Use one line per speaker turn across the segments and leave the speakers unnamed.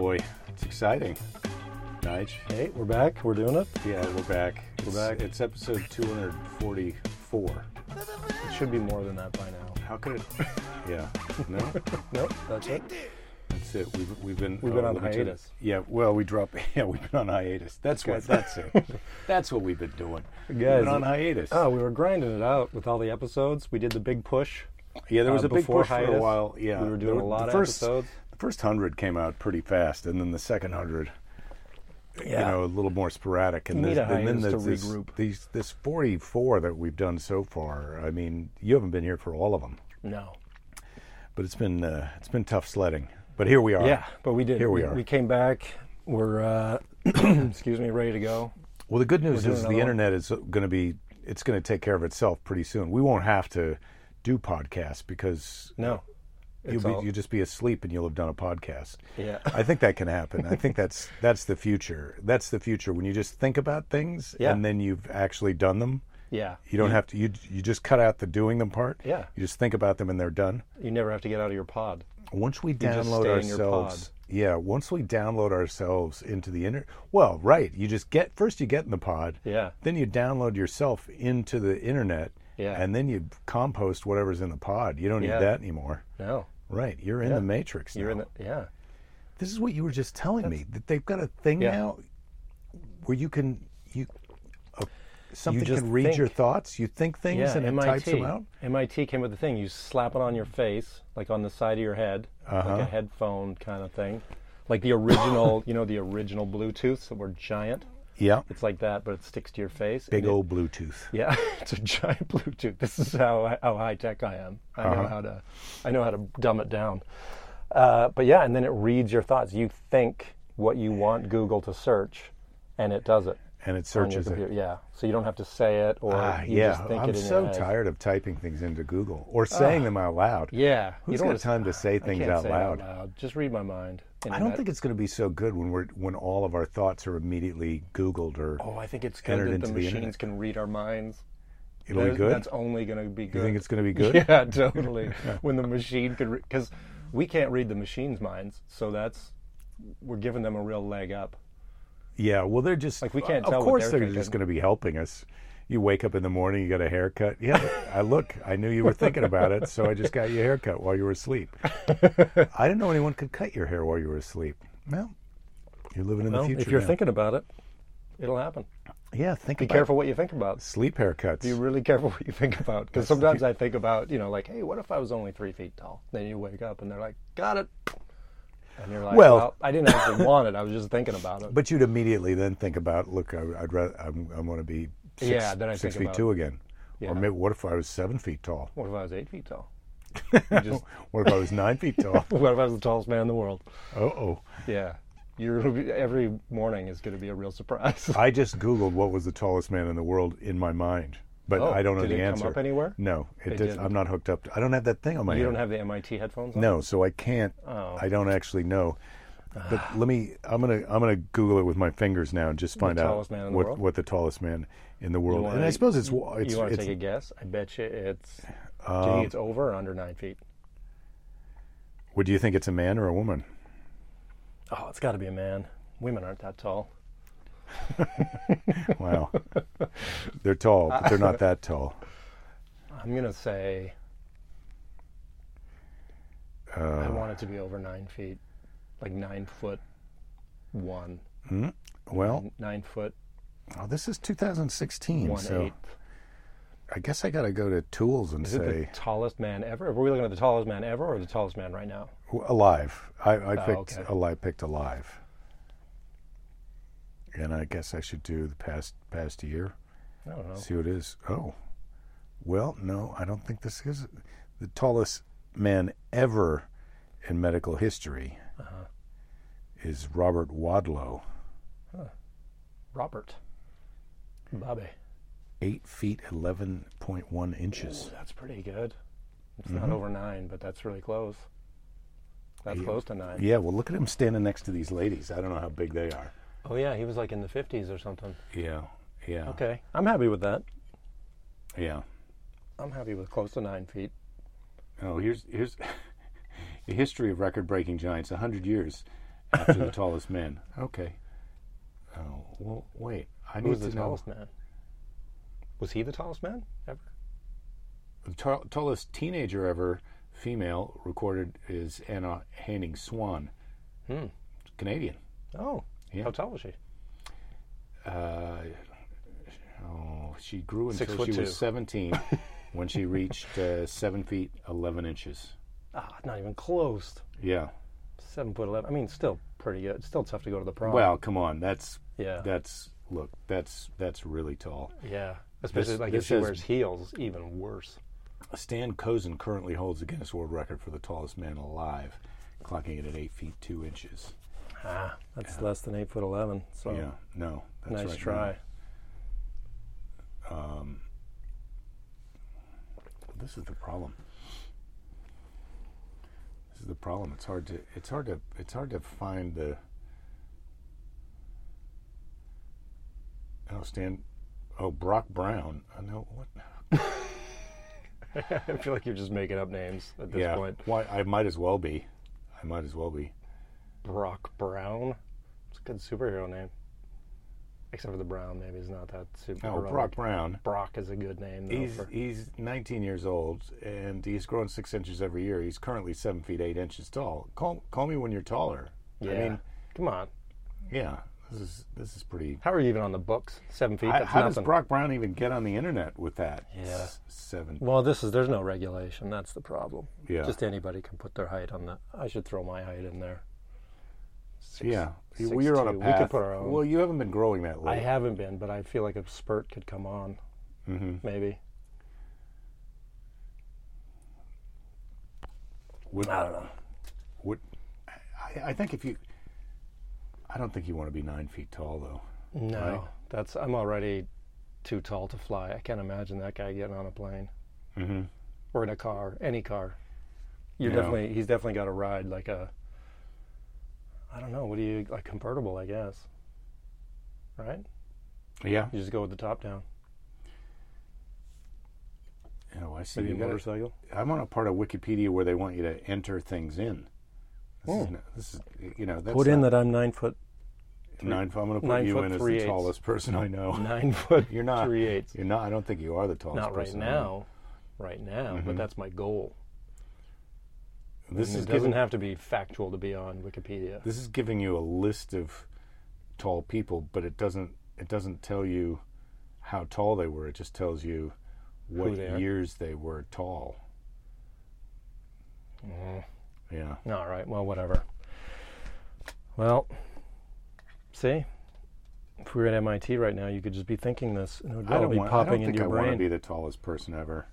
Oh, exciting. Nige.
Hey, we're back. We're doing it.
Yeah, we're back. We're
back.
It's episode 244.
It should be more than that by now.
How could it? Yeah. No?
Nope, that's it.
That's it. We've, we've been
We've been on
we took-
hiatus.
yeah. Well, we dropped. Yeah, we've been on hiatus. That's what. That's it. That's what we've been doing. We've
Guys,
been on hiatus.
Oh, we were grinding it out with all the episodes. We did the big push.
yeah, there was a
uh,
big
before
push for a
hiatus,
while. Yeah,
we were
There
doing a
were-
lot
the
of
first,
episodes.
The first hundred came out pretty fast, and then the second hundred, you know, a little more sporadic. And,
You need
this-
a
and then this,
hiatus to
this-
regroup.
These, this forty-four that we've done so far. I mean, you haven't been here for all of them,
No.
but it's been uh, it's been tough sledding. But here we are.
Yeah, but Uh, we did.
Here we are.
We came back. We're, uh, excuse me, ready to go.
Well, the good news
doing
is the
another one.
internet is going to be it's going to take care of itself pretty soon. We won't have to do podcasts because
No.
you'll
It's
be,
all-
you'll just be asleep and you'll have done a podcast.
Yeah.
I think that can happen. I think that's that's the future. That's the future when you just think about things
Yeah.
and then you've actually done them.
Yeah.
You don't have to you you just cut out the doing them part.
Yeah.
You just think about them and they're done.
You never have to get out of your pod.
Once we
just
download
stay in your
ourselves, yeah. Once we download ourselves into the internet, well, right. You just get first you get in the pod,
Yeah.
Then you download yourself into the internet,
Yeah.
And then you compost whatever's in the pod. You don't
Yeah.
need that anymore,
No.
right? You're in the matrix.
You're
now.
in the, yeah.
This is what you were just telling me that they've got a thing
Yeah.
now where you can you uh, something
just
can read your
think.
thoughts. You think things
Yeah,
and it
MIT.
types them out.
MIT came with the thing. You slap it on your face, like on the side of your head,
Uh-huh.
like a headphone kind of thing, like the original, you know, the original Bluetooths that were giant.
Yeah,
It's like that, but it sticks to your face.
big
And it-
old Bluetooth.
Yeah, it's a giant Bluetooth. This is how how high tech I am. I
Uh-huh.
know how to, I know how to dumb it down. Uh, but yeah, and then it reads your thoughts. You think what you want Google to search, and it does it.
And it
on your
searches it.
computer. Yeah, so you don't have to say it, or
Ah,
you
yeah.
just think
I'm
it in your
so
head. Ah.
tired of typing things into Google or saying them out loud.
Yeah.
Who's
you don't
got
wanna-
time to say
I
things
can't
out
say it
loud?
Just read my mind.
I don't think it's going to be so good when we're when all of our thoughts are immediately Googled or
Oh, I think it's good
entered
that
into
the
the
machines
internet.
can read our minds.
it'll
That-
be good.
That's only going to be good.
you think it's going to be good?
Yeah, totally. when the machine could, because we can't read the machine's minds, so that's we're giving them a real leg up.
Yeah, well, they're just
Like, we can't
Of
tell what
course,
they're
they're, just going to be helping us. You wake up in the morning, you got a haircut. Yeah, I look. I knew you were thinking about it, so I just got you a haircut while you were asleep. I didn't know anyone could cut your hair while you were asleep. Well, you're living in
Well,
the future.
if you're
now.
thinking about it, it'll happen.
yeah, think
Be
about
careful what you think about.
sleep haircuts.
Be really careful what you think about, because sometimes I think about, you know, like, hey, what if I was only three feet tall? Then you wake up and they're like, got it. And you're like,
Well-
well, I didn't actually want it. I was just thinking about it.
But you'd immediately then think about, look, I, I'd rather I'm, I want to be six,
Yeah, then I
six
think
feet
about-
two again,
Yeah.
or maybe what if I was seven feet tall?
What if I was eight feet tall? You just,
What if I was nine feet tall?
what if I was the tallest man in the world?
Uh oh.
Yeah. You're, every morning is going to be a real surprise.
I just googled what was the tallest man in the world in my mind, but
Oh,
I don't know
did
the
it come
answer.
up anywhere?
No, it, does,
didn't.
I'm not hooked up. To, I don't have that thing on my.
you
head.
don't have the MIT headphones on?
No, so I can't.
Oh.
I don't actually know. But let me. I'm gonna. I'm gonna Google it with my fingers now and just find out
tallest man in the
what
world?
what the tallest man in the world.
wanna-
and I suppose it's wa- it's,
You want to
it's Um,
take a guess? I bet you it's. do you think it's over or under nine feet?
What do you think? It's a man or a woman?
Oh, it's got to be a man. Women aren't that tall.
Wow. they're tall, but they're not that tall.
I'm going to say.
Uh.
I want it to be over nine feet, like nine foot one,
Well,
nine foot
oh, this is 2016,
one
so
eighth.
I guess I got to go to tools and
Is it the
say
tallest man ever? Were we looking at the tallest man ever or the tallest man right now?
w- alive. I, I picked
okay.
alive. Picked alive. And I guess I should do the past past year.
I don't know.
See what it is. Oh, well, no, I don't think this is the tallest man ever in medical history. Is Robert Wadlow.
Robert. Bobby.
eight feet eleven point one inches.
That's pretty good. It's not over nine, but that's really close. That's close to nine.
Mm-hmm. Yeah, well, look at him standing next to these ladies. I don't know how big they are.
Oh yeah, he was like in the fifties or something.
Yeah, yeah,
Okay, I'm happy with that.
yeah.
I'm happy with close to nine feet.
Oh, here's here's the history of record-breaking giants. hundred years. after the tallest man. Okay. Oh, well, wait. I
Who was
need
the
to know
tallest man? Was he the tallest man ever?
the tall tallest teenager ever female recorded is Anna Hanning Swan,
Hmm.
Canadian.
Oh,
Yeah.
how tall was she?
Uh, oh, she grew
Six
until
foot
she
two.
was 17 when she reached uh, 7 feet 11 inches.
Ah, not even close.
Yeah.
Seven foot eleven. I mean, still pretty good. Still tough to go to the prom.
Well, come on. That's
Yeah.
that's look, that's that's really tall.
yeah. Especially
This-
like
this
if she
is-
wears heels, even worse.
Stan Kozen currently holds the Guinness World Record for the tallest man alive, clocking it at 8 feet 2 inches.
Ah, that's less than eight foot eleven. So
Yeah. No. That's right
nice
now.
try.
This is the problem. This is the problem. It's hard to it's hard to it's hard to find the Oh Stan Oh Brock Brown. I know what
I feel like you're just making up names at this
yeah.
point.
Why I might as well be. I might as well be.
Brock Brown. It's a good superhero name. Except for the Brown, maybe is not that super.
Oh Brock Brown.
Brock is a good name though.
He's
for-
he's nineteen years old and he's grown six inches every year. He's currently seven feet eight inches tall. Call call me when you're taller.
yeah.
I mean
Come on.
yeah. This is this is pretty
How are you even on the books? Seven feet.
I-
That's
how
nothing.
does Brock Brown even get on the internet with that?
Yeah.
S- seven.
Well, this is there's no regulation. That's the problem.
Yeah.
Just anybody can put their height on that. I should throw my height in there. Six,
yeah,
six
we are on
two.
a
We
path.
could put our own.
Well, you haven't been growing that
I
late.
haven't been, but I feel like a spurt could come on. Mm-hmm. Maybe.
Would-
I don't know.
Would, I, I think if you, I don't think you want to be nine feet tall though.
No,
Right?
that's I'm already too tall to fly. I can't imagine that guy getting on a plane
Mm-hmm.
or in a car, any car. You're
No.
definitely he's definitely got to ride like a. I don't know. What do you like convertible? I guess. Right.
Yeah.
You just go with the top down.
Oh, I see.
Maybe
You
a
gotta-
motorcycle.
I'm on a part of Wikipedia where they want you to enter things in. This, is,
Hmm.
n- this is, you know, that's
Put in
not-
that I'm nine foot
nine. I'm going to put
nine
you
foot
in as
three
the
eighths.
tallest person I know.
nine foot
You're not.
three eighths.
You're not. I don't think you are the tallest.
Not right
person I know.
now, right now. But that's my goal.
Mm-hmm. This
And
is
it doesn't
giving
have to be factual to be on Wikipedia.
this is giving you a list of tall people, but it doesn't it doesn't tell you how tall they were. It just tells you what
they are.
years they were tall.
Mm-hmm.
Yeah.
All right. Well, whatever. Well, see, if we were at MIT right now, you could just be thinking this, and it would
I
all
don't,
be
want, I
popping
don't
in
think I
your
want to
brain.
be the tallest person ever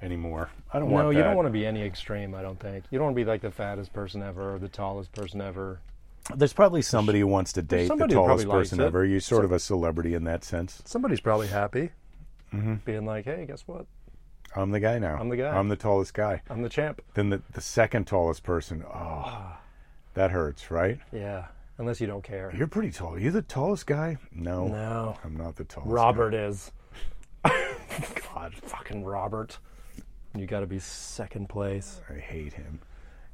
anymore. I don't
no,
want
you
that.
don't want to be any extreme. I don't think you don't want to be like the fattest person ever or the tallest person ever.
There's probably somebody who wants to date the
somebody who probably
tallest
likes
person
it.
ever. You're sort of a celebrity in that sense.
Somebody's probably happy, being like, "Hey, guess what?
I'm the guy now.
I'm the guy.
I'm the tallest guy.
I'm the champ."
Then the, the second tallest person. Oh, that hurts, right?
Yeah, unless you don't care.
You're pretty tall. Are you the tallest guy? No.
no,
I'm not the tallest.
Robert is. God, fucking Robert. You got to be second place.
guy. I hate him.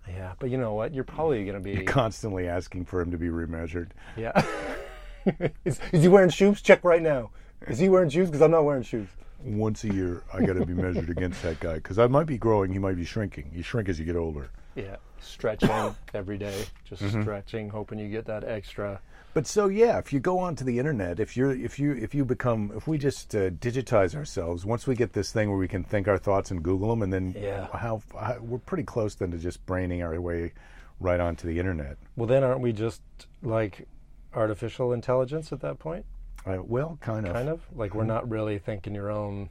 Yeah, but you know what? You're probably gonna be.
Constantly asking for him to be remeasured.
Yeah. is, is he wearing shoes? Check right now. Is he wearing shoes? Because I'm not wearing shoes.
Once a year, I got to be measured against that guy because I might be growing. He might be shrinking. You shrink as you get older.
Yeah, stretching every day, just stretching, hoping you get that extra.
But so yeah, if you go onto the internet, if you're if you if you become if we just uh, digitize ourselves, once we get this thing where we can think our thoughts and Google them, and then
Yeah.
how, how we're pretty close then to just braining our way right onto the internet.
Well, then aren't we just like artificial intelligence at that point?
Uh, well, kind of.
Kind of like we're not really thinking your own.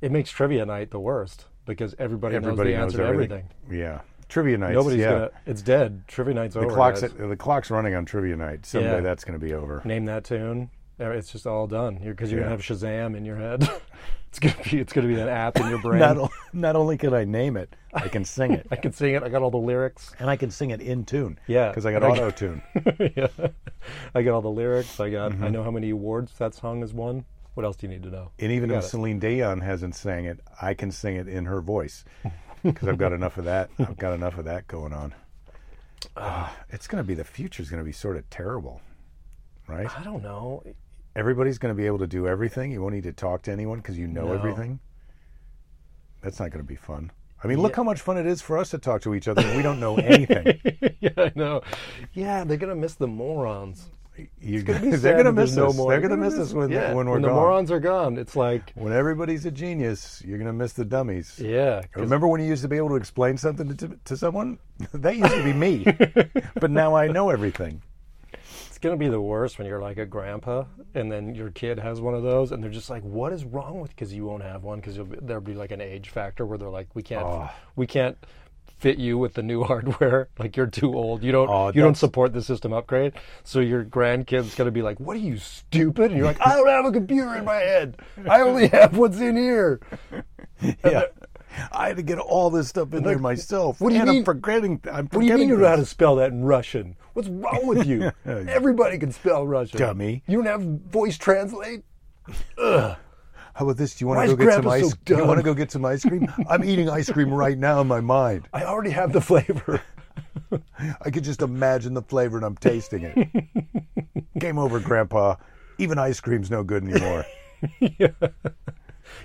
It makes trivia night the worst because everybody,
Everybody
knows
knows
the answer
everything.
to everything.
Yeah. Trivia nights.
Nobody's
yeah.
gonna. It's dead. Trivia night's
The
over.
clock's
guys.
the clock's running on trivia night. Someday
Yeah.
that's going to be over.
Name that tune. Uh, It's just all done because you're,
Yeah.
gonna have Shazam in your head. it's gonna be. It's gonna be an app in your brain.
Not, o- not only can I name it, I can sing it,
I can sing it. I got all the lyrics.
and I can sing it in tune.
Yeah.
because I got
And I
auto tune.
yeah. I got all the lyrics. I got.
Mm-hmm.
I know how many awards that song has won. What else do you need to know?
And even
Got
if
it.
Celine Dion hasn't sang it, I can sing it in her voice because I've got enough of that. I've got enough of that going on. Ah, It's going to be the future is going to be sort of terrible, right?
I don't know.
Everybody's going to be able to do everything. You won't need to talk to anyone because you know
No.
everything. That's not going to be fun. I mean, look how much fun it is for us to talk to each other. and We don't know anything.
yeah, I know. Yeah, they're gonna miss the morons.
You,
Be
they're
sad
going to
that there's
miss
no
us.
more-
They're going to miss us when,
yeah,
when we're
the
gone.
morons are gone. It's like
When everybody's a genius, you're going to miss the dummies.
yeah, 'cause-
Remember when you used to be able to explain something to, to someone? That used to be me. but now I know everything.
It's gonna be the worst when you're like a grandpa, and then your kid has one of those, and they're just like, "What is wrong with?" Because you won't have one, because there'll be like an age factor where they're like, "We can't, we can't fit you with the new hardware. Like you're too old. You don't,
Oh,
you don't
that's-
support the system upgrade." So your grandkid's gonna be like, "What are you stupid?" And you're like, "I don't have a computer in my head. I only have what's in here."
Yeah. I had to get all this stuff in there myself.
what do you
and
mean-
I'm forgetting. I'm
What do you mean
forgetting
you don't know how
things.
to spell that in Russian? What's wrong with you? Everybody can spell Russian.
Dummy.
You don't have voice translate?
How about this? Do you want
Why
to
is
go get some
Grandpa so
ice? do you
dumb?
want to go get some ice cream? I'm eating ice cream right now in my mind.
I already have the flavor.
I could just imagine the flavor and I'm tasting it. Game over, Grandpa. Even ice cream's no good anymore.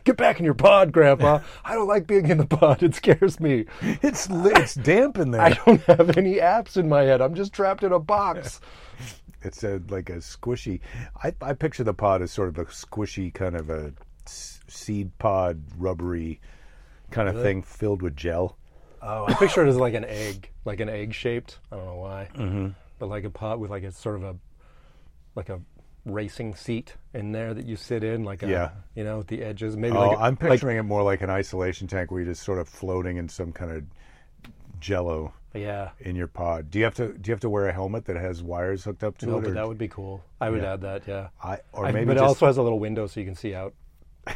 Get back in your pod, Grandpa. I don't like being in the pod. It scares me.
It's li- it's damp in there.
I don't have any apps in my head. I'm just trapped in a box.
It's a, like a squishy. I, I picture the pod as sort of a squishy kind of a s- seed pod, rubbery kind of thing filled with gel.
Oh, I picture it as like an egg, like an egg shaped. I don't know why, mm-hmm. but like a pot with like a sort of a, like a racing seat in there that you sit in, like a,
Yeah.
you know, at the edges. Maybe
oh,
like a,
I'm
like-
picturing it more like an isolation tank where you're just sort of floating in some kind of jello
yeah.
in your pod. Do you have to do you have to wear a helmet that has wires hooked up to
No,
it?
but
or-
that would be cool. I would add that, yeah.
I, or
I-
maybe
but it
just,
also has a little window so you can see out.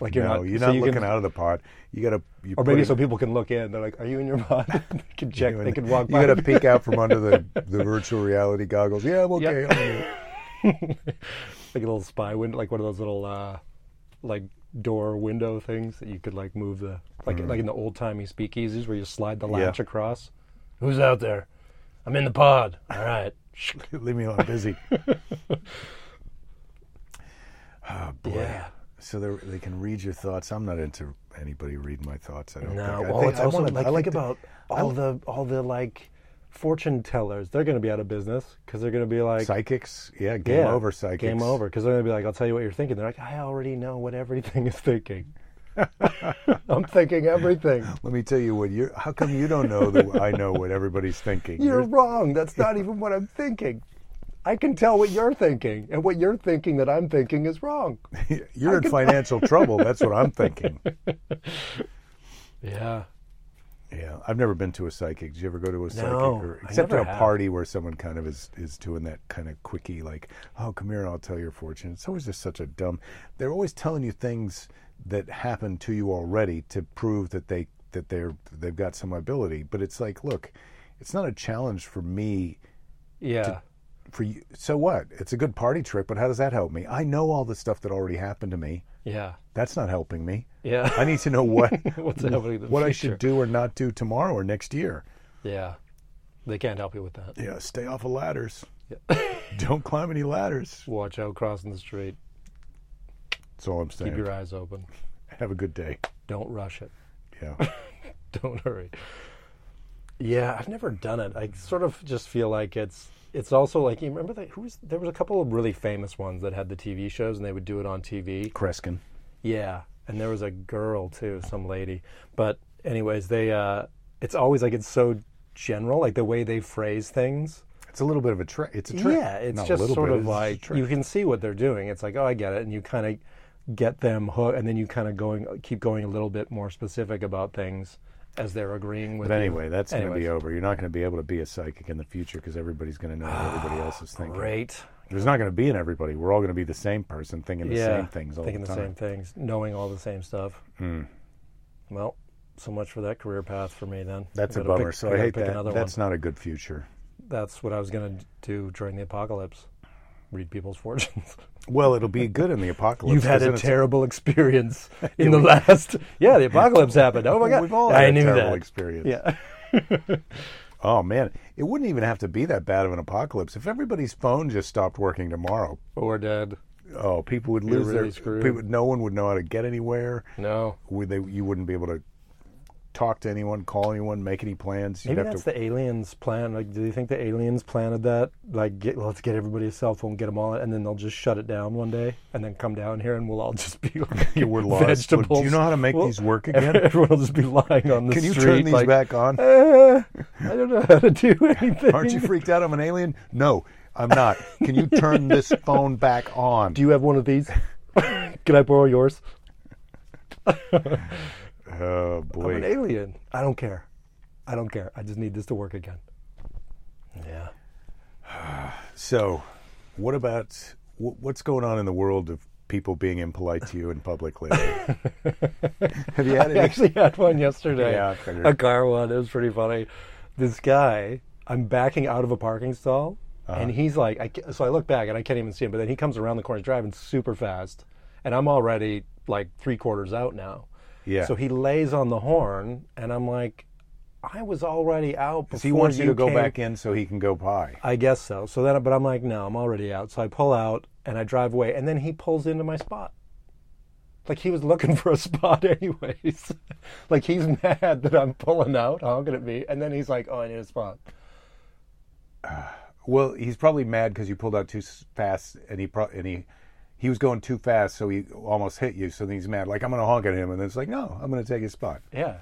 Like you're
no,
not,
you're
so
not
you
looking
can,
out of the pod. You gotta you
Or maybe so people can look in. They're like, "Are you in your pod?" they can check. They can walk
You
by.
gotta peek out from under the, the virtual reality goggles. Yeah, I'm okay.
Yeah.
I'm here.
like a little spy window, like one of those little uh, like door window things that you could like move the like
Mm.
like in the old timey speakeasies where you slide the latch across. Who's out there? I'm in the pod. All right.
Leave me alone. I'm busy.
yeah.
So they're- they can read your thoughts. I'm not into anybody reading my thoughts. I don't
No,
think. I
well,
think-
it's
I
also
wanna-
like,
I
think
to-
about all the all the like fortune tellers. They're going to be out of business because they're going to be like
psychics. Yeah, game
yeah,
over psychics.
Game over because they're going to be like, I'll tell you what you're thinking. They're like, I already know what everything is thinking. I'm thinking everything.
Let me tell you what you're. How come you don't know that I know what everybody's thinking?
You're wrong. That's not even what I'm thinking. I can tell what you're thinking, and what you're thinking that I'm thinking is wrong.
You're, you're in financial trouble. That's what I'm thinking.
Yeah.
Yeah, I've never been to a psychic. Did you ever go to a psychic,
No,
or,
I
except at
never
a
have.
party where someone kind of is is doing that kind of quickie, like, "Oh, come here, and I'll tell your fortune." It's always just such a dumb. They're always telling you things that happened to you already to prove that they that they're they've got some ability. But it's like, look, it's not a challenge for me.
Yeah.
For you, so what? It's a good party trick, but how does that help me? I know all the stuff that already happened to me.
Yeah.
That's not helping me.
Yeah.
I need to know what
What's happening? in the
what I
future.
should do or not do tomorrow or next year.
Yeah. They can't help you with that.
Yeah, stay off of ladders. Don't climb any ladders.
Watch out crossing the street.
That's all I'm saying.
Keep your eyes open.
Have a good day.
Don't rush it.
Yeah.
Don't hurry. Yeah, I've never done it. I sort of just feel like it's it's also like you remember that who was there was a couple of really famous ones that had the TV shows and they would do it on TV.
Kreskin.
Yeah, and there was a girl too, some lady. But anyways, they uh it's always like it's so general, like the way they phrase things.
It's a little bit of a trick. It's a trick.
Yeah, it's
Not a
just
little
sort
bit,
of
it's a
like
trick.
you can see what they're doing. It's like, oh, I get it, and you kind of get them hooked, and then you kind of going keep going a little bit more specific about things as they're agreeing with.
But
you.
anyway, that's going to be
Anyways.
over. You're not going to be able to be a psychic in the future because everybody's going to know what everybody else is thinking.
Great.
There's not going to be an everybody. We're all going to be the same person thinking the same things all
thinking
the time. Hmm.
same things, knowing all the same stuff. Well, so much for that career path for me then.
That's
I
a
gotta
bummer.
pick-
so I
gotta
hate
pick
that.
Another
That's
one.
not a good future.
That's what I was going to do during the apocalypse. Read people's fortunes.
Well, it'll be good in the apocalypse.
You've had
'cause then
a
it's-
terrible experience in the last. Yeah, the apocalypse happened. Oh my god!
We've all had
I
a
knew
terrible
that.
experience.
Yeah.
Oh man, it wouldn't even have to be that bad of an apocalypse if everybody's phone just stopped working tomorrow.
Or dead.
Oh, people would lose
really
their.
screwed.
People, no one would know how to get anywhere.
No.
Would they? You wouldn't be able to talk to anyone, call anyone, make any plans. You'd
Maybe
have
that's
to.
the aliens' plan. Like, do you think the aliens planted that? Like, get, let's get everybody a cell phone, get them all, and then they'll just shut it down one day, and then come down here, and we'll all just be like
You were lost.
vegetables.
Do you know how to make
We'll-
these work again?
Everyone will just be lying on the
Can you
street.
turn these
like,
back on?
"Eh, I don't know how to do anything.
Aren't you freaked out? I'm an alien. No, I'm not. Can you turn this phone back on?
Do you have one of these? Can I borrow yours?
oh
I'm an
boy.
alien. I don't care. I don't care. I just need this to work again. Yeah.
So, what about wh- what's going on in the world of people being impolite to you in public lately? have you had
I
any?
actually had one yesterday.
Yeah, I figured.
a car one. It was pretty funny. This guy, I'm backing out of a parking stall, and
Uh-huh.
he's like, I, ca- so I look back and I can't even see him. But then he comes around the corner, he's driving super fast, and I'm already like three quarters out now.
Yeah.
So he lays on the horn, and I'm like, I was already out before
He wants you to go
came
back in so he can go pie.
I guess so. So then, but I'm like, no, I'm already out. So I pull out and I drive away, and then he pulls into my spot. Like he was looking for a spot, anyways. like he's mad that I'm pulling out, honking at me, and then he's like, oh, I need a spot.
Well, he's probably mad because you pulled out too s- fast, and he pro- and he he was going too fast, so he almost hit you. So then he's mad, like I'm going to honk at him, and then it's like, no, I'm going to take his spot.
Yeah,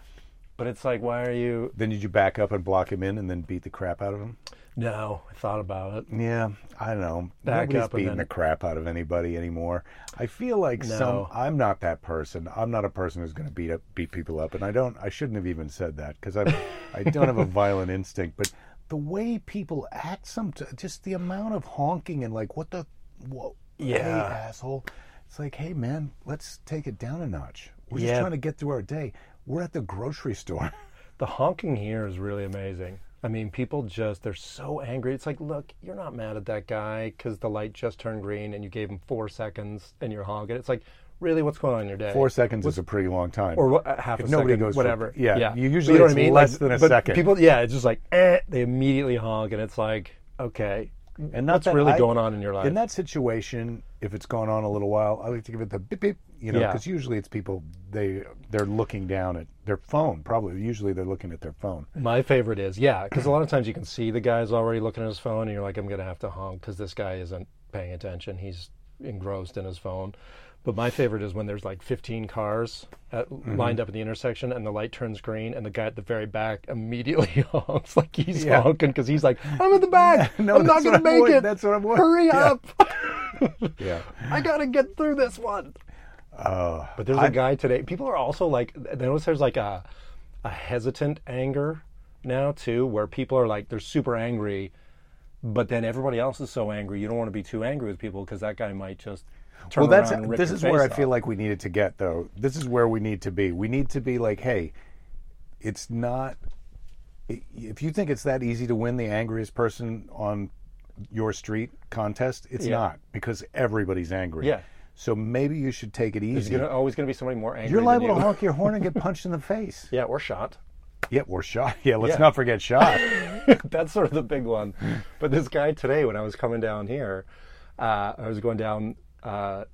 but it's like, why are you?
Then did you back up and block him in, and then beat the crap out of him?
No, I thought about it.
Yeah, I don't know.
Back
Nobody's
up and
beating
then-
the crap out of anybody anymore. I feel like some.
No.
I'm not that person. I'm not a person who's going to beat up beat people up, and I don't. I shouldn't have even said that because I I don't have a violent instinct. But the way people act, some just the amount of honking and like what the whoa, hey,
Yeah.
asshole. It's like, hey man, let's take it down a notch. We're just
Yeah.
trying to get through our day. We're at the grocery store.
The honking here is really amazing. I mean, people just, they're so angry. It's like, look, you're not mad at that guy because the light just turned green and you gave him four seconds and you're honking. It's like, really, what's going on in your day?
Four seconds is a pretty long time.
or what, half
If
a
nobody
second,
goes for-
whatever.
yeah, you usually
But
it's less than a
but
second.
People, yeah, it's just like eh, they immediately honk, and it's like okay,
And
what's
that
really
I-
going on in your life?
In that situation, if it's gone on a little while, I like to give it the beep beep, you know,
Yeah.
because usually it's people they they're looking down at their phone. Probably usually they're looking at their phone.
My favorite is yeah, because a lot of times you can see the guy's already looking at his phone, and you're like, I'm gonna have to honk because this guy isn't paying attention. He's engrossed in his phone. But my favorite is when there's like 15 cars at,
Mm-hmm.
lined up at the intersection, and the light turns green, and the guy at the very back immediately honks like he's
Yeah.
honking because he's like, I'm at the back.
No,
I'm not
that's what
gonna
I
make
want.
it.
That's what I want."
Hurry
Yeah.
up.
Yeah,
I gotta get through this one.
Uh,
but there's a guy today. People are also like, I notice there's like a, a hesitant anger now too, where people are like, they're super angry, but then everybody else is so angry. You don't want to be too angry with people because that guy might just turn
well, that's
around and rip
this
your
is where I
face
feel
off.
like we needed to get though. This is where we need to be. We need to be like, hey, it's not. i- If you think it's that easy to win the angriest person on your street contest, it's
Yeah.
not because everybody's angry.
Yeah.
So maybe you should take it
There's
easy.
gonna, always going to be somebody more angry.
You're
than
liable
you.
to honk your horn and get punched in the face.
Yeah, or shot.
Yeah, or shot. Yeah, let's
Yeah.
not forget shot.
That's sort of the big one. But this guy today, when I was coming down here, uh, I was going down uh,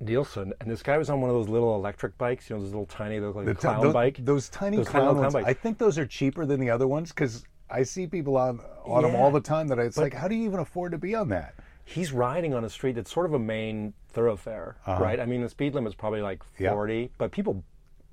Nielsen, and this guy was on one of those little electric bikes, you know, those little tiny, those like
Ti-
clown
those,
bike.
Those tiny
Those
clown,
tiny little
ones.
clown
I
bikes.
think those are cheaper than the other ones because I see people on on them
Yeah.
all the time. That I, it's like, how do you even afford to be on that?
He's riding on a street that's sort of a main thoroughfare, right? I mean, the speed limit's probably like
Uh-huh. Yeah.
40, but people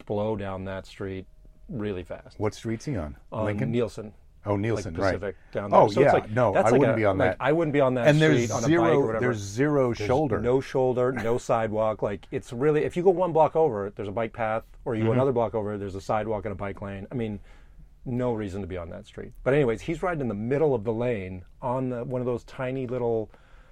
blow down that street really fast.
What street's he on?
On Nielsen.
Oh, Nielsen,
Um, Pacific
right?
down there.
Oh
so
yeah,
it's like,
no, I
that's like
wouldn't
a-
be on
like,
that.
I wouldn't be on that
and there's
street on a
zero,
bike or whatever.
there's zero shoulder.
No shoulder, no sidewalk. Like it's really if you go one block over, there's a bike path, or
Mm-hmm.
you go another block over, there's a sidewalk and a bike lane. I mean, no reason to be on that street. But anyways, he's riding in the middle of the lane on the, one of those tiny little,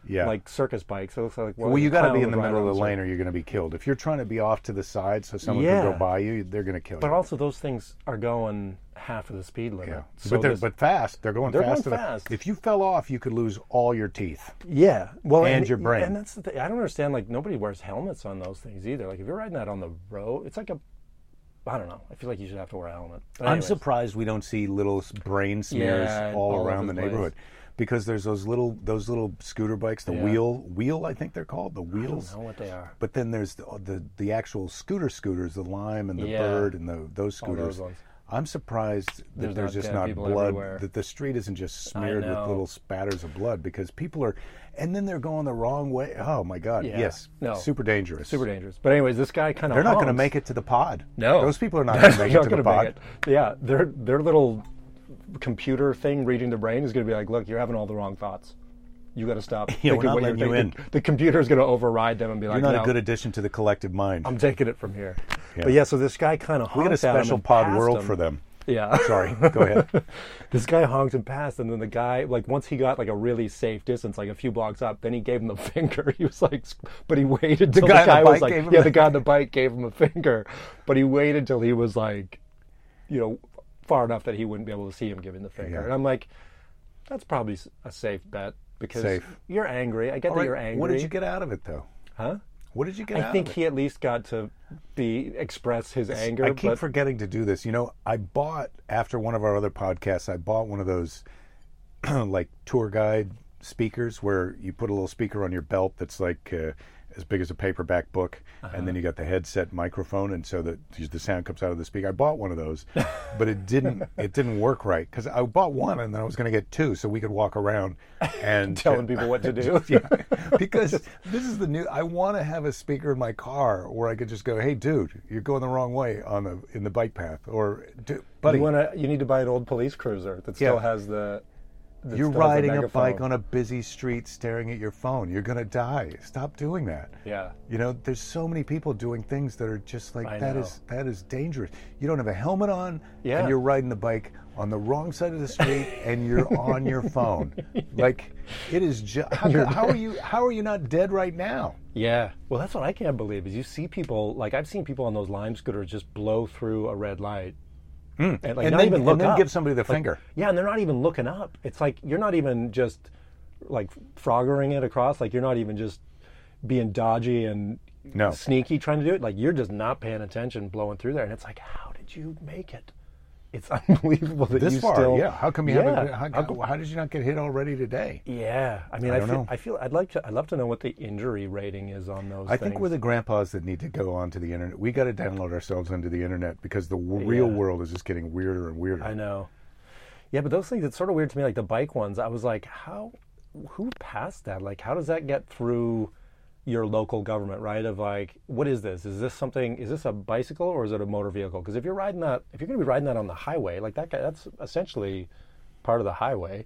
Yeah.
like circus bikes. It looks like
well, you got to be in the
middle
middle of the lane, or you're going to be killed. If you're trying to be off to the side so someone can go
Yeah.
by you, they're going to kill
But
you.
also, those things are going half of the speed limit.
Yeah.
So
but they're
this-
but fast. They're going
They're
fast.
going
enough.
fast.
If you fell off, you could lose all your teeth.
yeah, well,
and your brain.
And that's the thing. I don't understand. Like nobody wears helmets on those things either. Like if you're riding that on the road, it's like a I don't know. I feel like you should have to wear a helmet. But
I'm
anyways.
surprised we don't see little s- brain smears
Yeah,
all,
all over
around
the
the
place.
neighborhood because there's those little those little scooter bikes, the
Yeah.
wheel wheel I think they're called, the wheels.
I don't know what they are.
But then there's the, the the actual scooter scooters, the lime and the
Yeah.
bird and the those
All those
scooters.
ones.
I'm surprised that there's,
There's not
just
dead
not
people
blood.
everywhere.
That the street isn't just smeared with
know.
little spatters of blood because people are, and then they're going the wrong way. Oh my God!
Yeah.
Yes,
No.
super dangerous.
Super dangerous. But anyways, this guy kind of
They're not going to make it to the pod.
No.
those people are not going to
They're
make it to
not
the
gonna
pod.
make it. Yeah, their their little computer thing reading the brain is going to be like, look, you're having all the wrong thoughts. You got to stop.
Yeah, we're
thinking
not
what you're
letting you
thinking." The computer is going to override them and be like,
You're not
"No,
a good addition to the collective mind.
I'm taking it from here. But yeah, so this guy kind of honked
we got a
at him
special
and
pod
passed
world
him.
for them.
Yeah,
Sorry, go ahead.
this guy honked and passed, and then the guy like once he got like a really safe distance, like a few blocks up, then he gave him the finger. He was like, sc- but he waited till the
guy
guy,
on the
was
bike
like,
gave him
yeah,
the-
the guy on the bike gave him a finger, but he waited till he was like, you know, far enough that he wouldn't be able to see him giving the finger.
Yeah.
And I'm like, that's probably s- a safe bet because
Safe.
you're angry. I get that
All right,
you're angry.
What did you get out of it though?
Huh?
What did you get? out
I
of
think
it?
he at least got to be express his anger.
I keep
but
forgetting to do this. You know, I bought after one of our other podcasts. I bought one of those like tour guide speakers where you put a little speaker on your belt that's like uh, as big as a paperback book,
Uh-huh.
and then you got the headset microphone, and so that the sound comes out of the speaker. I bought one of those, but it didn't. It didn't work right because I bought one and then I was going to get two, so we could walk around and
telling people what to do.
yeah, because this is the new. I want to have a speaker in my car where I could just go, "Hey, dude, you're going the wrong way on the in the bike path," or "Dude, "Buddy,
You want to? You need to buy an old police cruiser that still
Yeah.
has the. that
you're
still has the
riding a bike
megaphone.
on a busy street, staring at your phone. You're gonna die. Stop doing that."
Yeah.
You know, there's so many people doing things that are just like
I
that
know.
is that is dangerous. You don't have a helmet on,
Yeah.
and you're riding the bike on the wrong side of the street, and you're on your phone. Like, it is. Ju- how, how are you? How are you not dead right now?
Yeah. Well, that's what I can't believe is you see people like I've seen people on those lime scooters just blow through a red light. And, like,
Hmm. And
not
then-
even
and
look
then
up.
give somebody the
Like,
finger.
Yeah, and they're not even looking up. It's like you're not even just like froggering it across. Like you're not even just being dodgy and
No.
sneaky trying to do it. Like you're just not paying attention, blowing through there. And it's like, how did you make it? It's unbelievable that
this
you
far,
still.
yeah. How come you haven't?
Yeah.
How, how, how did you not get hit already today?
Yeah, I mean, I,
I don't
feel,
know.
I feel I'd like to. I'd love to know what the injury rating is on those.
I think
things.
we're the grandpas that need to go onto the internet. We got to download ourselves onto the internet because the w- real
Yeah.
world is just getting weirder and weirder.
I know. Yeah, but those things. It's sort of weird to me. Like the bike ones. I was like, how? Who passed that? Like, how does that get through your local government? Right? Of like, what is this? Is this something? Is this a bicycle or is it a motor vehicle? Because if you're riding that, if you're going to be riding that on the highway, like that guy, that's essentially part of the highway.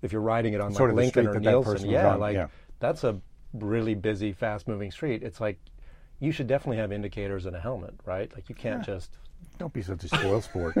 If you're riding it on
Sort
like
of the
Lincoln
street
or
that that
Nielsen,
person was
yeah,
on,
like
yeah.
that's a really busy, fast-moving street. It's like you should definitely have indicators and a helmet, right? Like you can't just
Don't be such a spoil sport.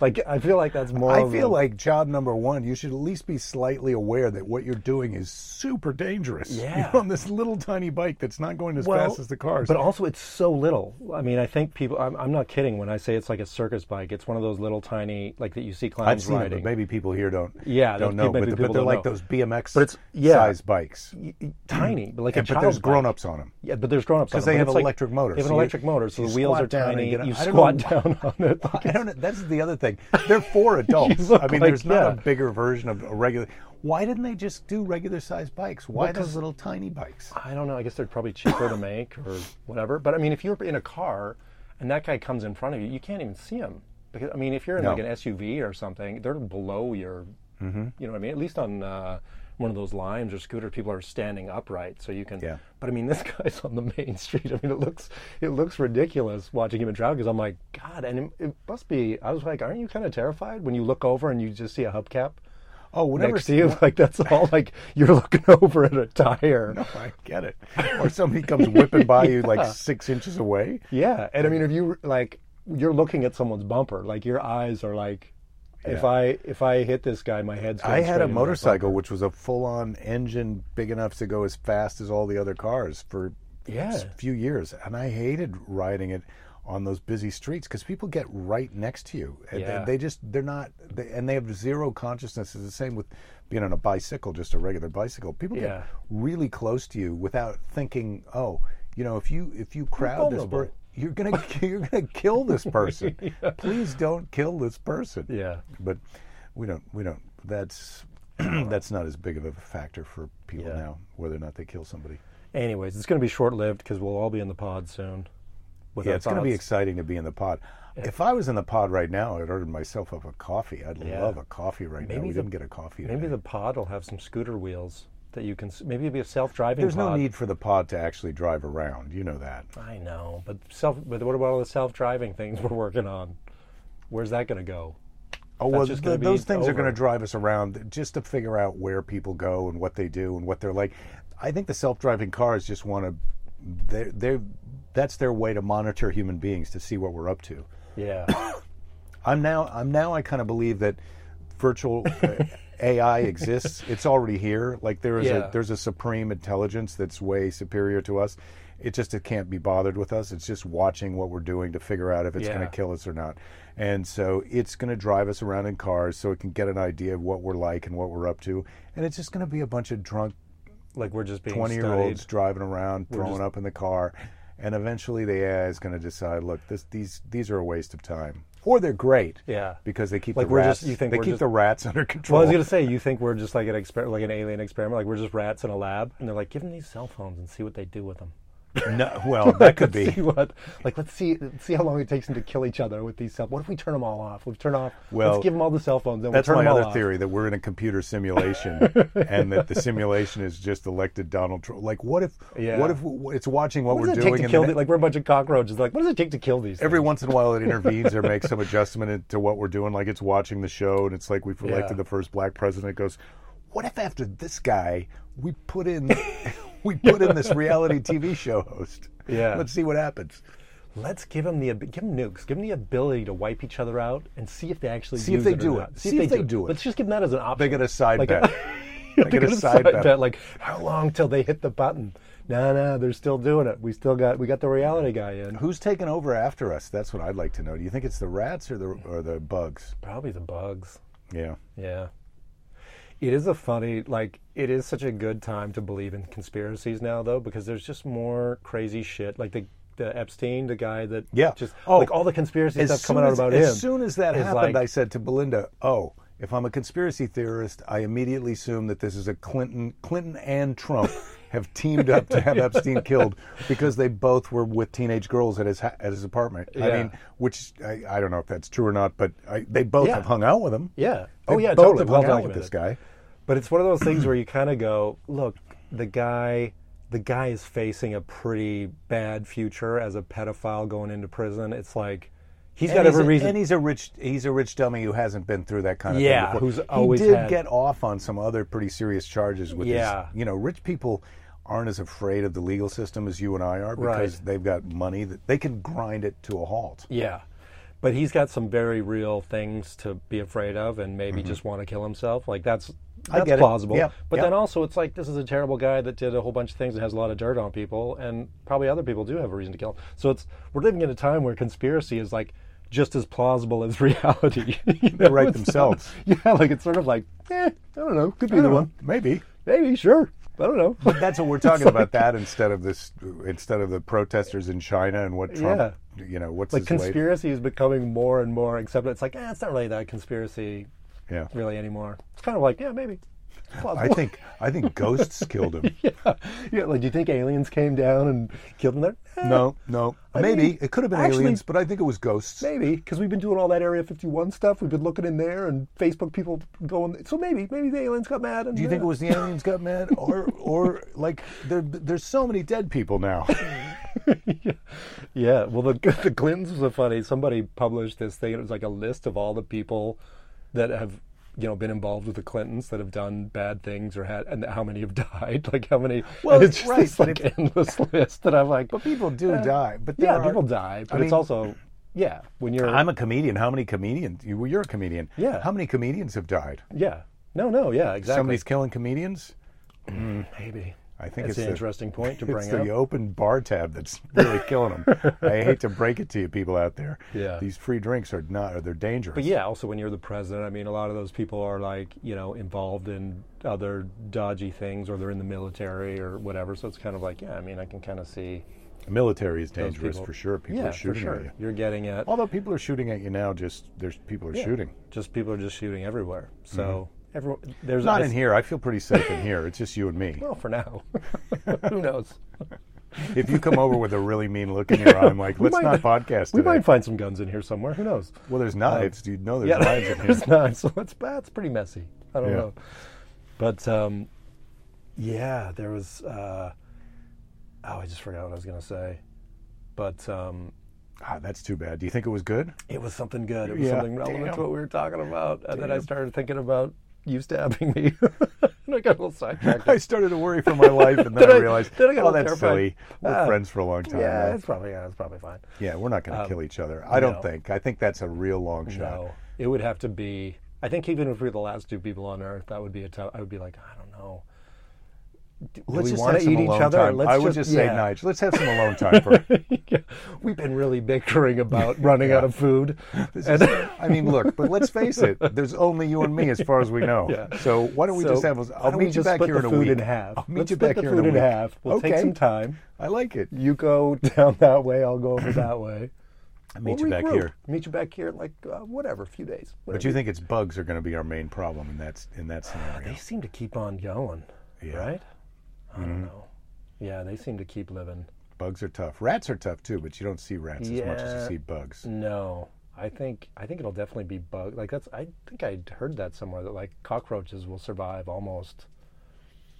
like I feel like that's more.
I
of
feel
a-
like job number one, you should at least be slightly aware that what you're doing is super dangerous.
Yeah.
You're on this little tiny bike that's not going as fast as the cars.
But also, it's so little. I mean, I think people. I'm, I'm not kidding when I say it's like a circus bike. It's one of those little tiny, like that you see clowns
I've seen
riding.
it, but maybe people here don't.
Yeah,
don't
they-
know. But,
maybe people
but they're
don't
like
know.
those BMX
But it's- yeah.
size bikes.
Y- y- tiny, but like a
And- but
child's
there's
bike.
grown-ups on them.
Yeah, but there's grown ups
'Cause they have electric motors,
They have an
so you-
electric motor, so
you
the wheels
squat
are
down and
tiny.
get on-
You
I don't
squat
know
down on it.
I don't. That's the other thing. They're for adults.
look
I mean,
like-
there's not
yeah.
a bigger version of a regular. Why didn't they just do regular sized bikes? Why
Well, 'cause-
those little tiny bikes?
I don't know. I guess they're probably cheaper to make or whatever. But I mean, if you're in a car and that guy comes in front of you, you can't even see him. Because I mean, if you're in
No. Mm-hmm.
like an SUV or something, they're below your. You know what I mean? At least on uh, one of those limes or scooters, people are standing upright, so you can.
Yeah.
But I mean, this guy's on the main street. I mean, it looks it looks ridiculous watching him in traffic. Because I'm like, God, and it, it must be. I was like, aren't you kind of terrified when you look over and you just see a hubcap?
Oh, whenever
Next to you, like that's all. Like you're looking over at a tire.
I get it. Or somebody comes whipping by you like six inches away.
Yeah, and I mean, if you like, you're looking at someone's bumper. Like your eyes are like, if
Yeah.
I if I hit this guy, my head's. Going
I had
straight
a
into my
motorcycle which was a full on engine big enough to go as fast as all the other cars for
Yeah.
a few years. And I hated riding it on those busy streets because people get right next to you. And they-
Yeah.
they, just, they're not, they, and they have zero consciousness. It's the same with being on a bicycle, just a regular bicycle. People
Yeah.
get really close to you without thinking, oh, you know, if you if you crowd this
vulnerable.
person, you're gonna you're gonna kill this person. Please don't kill this person.
Yeah.
But we don't we don't. That's that's not as big of a factor for people
Yeah.
now whether or not they kill somebody.
Anyways, it's going to be short lived because we'll all be in the pod soon. with
Yeah,
our
it's going to be
thoughts.
exciting to be in the pod. If I was in the pod right now, I'd ordered myself up a coffee. I'd
Yeah.
love a coffee right now.
Maybe
We
the-
didn't get a coffee.
Maybe
today.
the pod will have some scooter wheels that you can. s- Maybe it'll be a self-driving.
There's
pod.
no need for the pod to actually drive around. You know that.
I know, but self. But what about all the self-driving things we're working on? Where's that going to go?
Oh well,
just
th-
gonna be
those things are going
over.
to drive us around just to figure out where people go and what they do and what they're like. I think the self-driving cars just want to. They they that's their way to monitor human beings to see what we're up to.
Yeah,
I'm now I'm now I kind of believe that virtual uh, AI exists. It's already here. Like there is
Yeah.
a there's a supreme intelligence that's way superior to us. It just it can't be bothered with us. It's just watching what we're doing to figure out if it's going
Yeah.
to kill us or not. And so it's going to drive us around in cars so it can get an idea of what we're like and what we're up to. And it's just going to be a bunch of drunk
like we're just being
20 year olds
studied.
driving around, throwing
just-
up in the car. And eventually the AI is going to decide, look, this, these, these are a waste of time. Or they're great.
Yeah.
Because they keep
Like
the
we're
rats.
just- you think
they
we're
keep
just-
the rats under control.
Well, I was gonna say, you think we're just like an exper- like an alien experiment, like we're just rats in a lab, and they're like, give them these cell phones and see what they do with them.
no, well, that could be.
see what, like, let's see, see how long it takes them to kill each other with these cell. What if we turn them all off? We turn off.
Well,
let's give them all the cell phones. Then
That's
we'll turn
my
them all
other
off.
theory that we're in a computer simulation, and that the simulation is just elected Donald Trump. Like, what if?
Yeah.
What if w- it's watching what,
What
we're
does it
doing?
take to
and
kill
then
the, like we're a bunch of cockroaches? Like, what does it take to kill these?
every
things?
once in a while it intervenes or makes some adjustment in- to what we're doing like it's watching the show and it's like we've elected
Yeah.
the first black president it goes what if after this guy we put in we put in this reality tv show host
Yeah.
let's see what happens
Let's give them the ab- give 'em nukes, give them the ability to wipe each other out, and see if they actually
See if
use
they
it or
do
not.
it. See if they do it.
Let's just give them that as an option.
they get a side
Like,
bet
they
get a side bet.
Like, how long till they hit the button? No, no, they're still doing it. We still got we got the reality guy in.
who's taking over after us that's what i'd like to know do you think it's the rats or the or the bugs
Probably the bugs.
yeah
Yeah. It is a funny, like, it is such a good time to believe in conspiracies now, though, because there's just more crazy shit. Like the, the Epstein, the guy that
Yeah.
just
Oh.
like all the conspiracy
as
stuff
soon
coming out
as-
about
as
him.
soon as that
is
happened,
like-
I said to Belinda, "Oh, if I'm a conspiracy theorist, I immediately assume that this is a Clinton, Clinton and Trump have teamed up to have Epstein killed because they both were with teenage girls at his ha- at his apartment. I
Yeah.
mean, which I, I don't know if that's true or not, but I, they both
Yeah.
have hung out with him.
yeah.
They
Oh yeah,
both
totally.
have
Well
hung out with
documented.
this guy.
But it's one of those things where you kind of go, look, the guy, the guy is facing a pretty bad future as a pedophile going into prison. It's like he's
and
got every
he's a,
reason.
and he's a rich he's a rich dummy who hasn't been through that kind of
Yeah,
thing before.
who's always
he did
had-
get off on some other pretty serious charges with
Yeah.
his, you know rich people aren't as afraid of the legal system as you and I are because
Right.
they've got money that they can grind it to a halt.
Yeah. But he's got some very real things to be afraid of and maybe just want to kill himself. Like that's
Mm-hmm. I
that's
get it.
plausible.
Yeah,
But
yeah.
then also it's like this is a terrible guy that did a whole bunch of things and has a lot of dirt on people and probably other people do have a reason to kill him. So it's we're living in a time where conspiracy is like just as plausible as reality. You know,
right
it's not-
themselves.
yeah, like it's sort of like, eh, I don't know, could be the one.
Maybe.
Maybe, sure. I don't know.
That's what we're talking about. That instead of this, instead of the protesters in China and what Trump, you know, what's
like
his latest-
conspiracy is becoming more and more accepted. It's like, eh, it's not really that conspiracy
Yeah,
really anymore. It's kind of like, yeah, maybe.
I think I think ghosts killed him.
yeah. yeah, like do you think aliens came down and killed them there? Eh,
No, no, maybe
mean,
it could have been
actually-
aliens, but I think it was ghosts.
Maybe because we've been doing all that Area 51 stuff. We've been looking in there, and Facebook people going. So maybe, maybe the aliens got mad. And
Do you think it was the aliens got mad, or or like there there's so many dead people now?
uh, Yeah. Well, the the Clintons was a funny. Somebody published this thing. It was like a list of all the people that have you know been involved with the Clintons that have done bad things or had, and how many have died. Like how many?
Well,
and it's just
right,
this
but
like endless list that I'm like. "Uh,
But people do die. But there
yeah,
are-
people die, but it's
mean-
also yeah. When you're
I'm a comedian. How many comedians? You, well, you're a comedian.
Yeah.
How many comedians have died?
Yeah. No, no, yeah, exactly.
Somebody's killing comedians.
Maybe.
I think
That's
it's
an
the-
interesting point to
It's
bring
the
up.
open bar tab that's really killing them. I hate to break it to you, people out there.
Yeah.
These free drinks are not. Are they're dangerous?
But yeah, also when you're the president, I mean, a lot of those people are like, you know, involved in other dodgy things or they're in the military or whatever. So it's kind of like, yeah, I mean, I can kind of see
The military is dangerous
people-
for sure. People
yeah,
are
for
shooting
sure.
at you.
You're getting it.
Although people are shooting at you now, just there's people are shooting.
Just people are just shooting everywhere. So everyone there's
Not
it's-
in here. I feel pretty safe in here. It's just you and me.
Well, for now, who knows?
If you come over with a really mean look in your eye, I'm like,
We
let's
might-
not podcast
We
today.
might find some guns in here somewhere. Who knows?
Well, there's knives. you know there's
yeah,
knives in here.
there's not. So it's bad. It's pretty messy. I don't
Yeah.
know. But um, yeah, there was. Uh, oh, I just forgot what I was going to say. But um,
Ah, that's too bad. Do you think it was good?
it was something good. It was
Yeah.
something relevant
Damn.
to what we were talking about. And then I
Damn.
started thinking about you stabbing me. and I got a little sidetracked.
I started to worry for my life, and then
Did
I
I-
realized,
did I get
oh,
all
that's
terrified?
silly. We're
Ah.
friends for a long time.
yeah,
now.
it's probably yeah, it's probably fine.
Yeah, we're not going to kill each other. I don't
no.
think. I think that's a real long shot.
No, it would have to be. I think even if we were the last two people on Earth, that would be a tough. I would be like, I don't know. D-
Do
Let's
we
just
want
kind of
some
eat each
alone
other.
time?
Let's
I would just, say,
yeah.
Nigel, let's have some alone time. For,
Yeah. We've been really bickering about running out of food. And-
I mean, look, but let's face it. There's only you and me, as far as we know.
Yeah.
So why don't we
so
just have?
why
I'll
don't we
meet you
just
back
split
here in
the
a
food
week.
in half.
I'll meet
Let's
you
split
back
the
here
food
in a week.
half. We'll
okay.
take some time.
I like it.
You go down that way. I'll go over that way.
I'll meet
We'll
you back
regroup.
here.
Meet you back here, like uh, whatever, a few days.
But
whatever.
you think it's bugs are going to be our main problem in that in that scenario?
They seem to keep on going,
Yeah.
right? I don't know. Yeah, they seem to keep living.
Bugs are tough. Rats are tough too, but you don't see rats as much as
Yeah.
you see bugs.
No, I think I think it'll definitely be bug. Like that's I think I heard that somewhere that like cockroaches will survive almost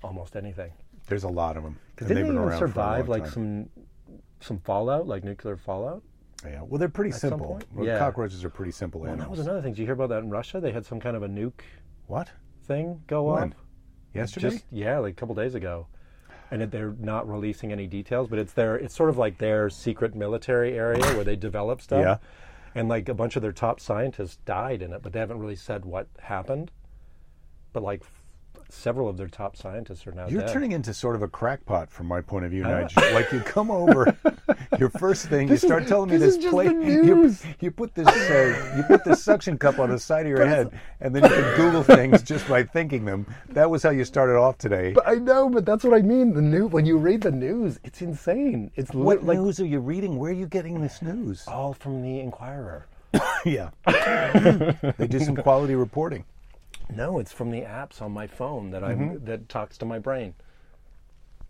almost anything.
There's a lot of them.
Because didn't they even survive like some some fallout, like nuclear fallout?
Yeah. Well, they're pretty
some
simple.
point?
Well,
Yeah.
Cockroaches are pretty simple
And that
animals.
was another thing. Did you hear about that in Russia? They had some kind of a nuke
What?
thing go
When?
on.
Yesterday?
Just yeah, like a couple days ago. And it, they're not releasing any details, but it's their it's sort of like their secret military area where they develop stuff.
Yeah.
And like a bunch of their top scientists died in it, but they haven't really said what happened. But like f- several of their top scientists are now
You're
dead.
turning into sort of a crackpot from my point of view, Nigel. like you come over, your first thing you start telling me this
this is just
plate.
the
You,
news.
you put this uh, you put this suction cup on the side of your head, and then you can Google things just by thinking them. That was how you started off today.
I know, but that's what I mean. The new when you read the news, it's insane. It's li-
what
like
news are you reading? Where are you getting this news?
all from the Inquirer.
yeah, they do some quality reporting.
No, it's from the apps on my phone that I'm
Mm-hmm.
that talks to my brain.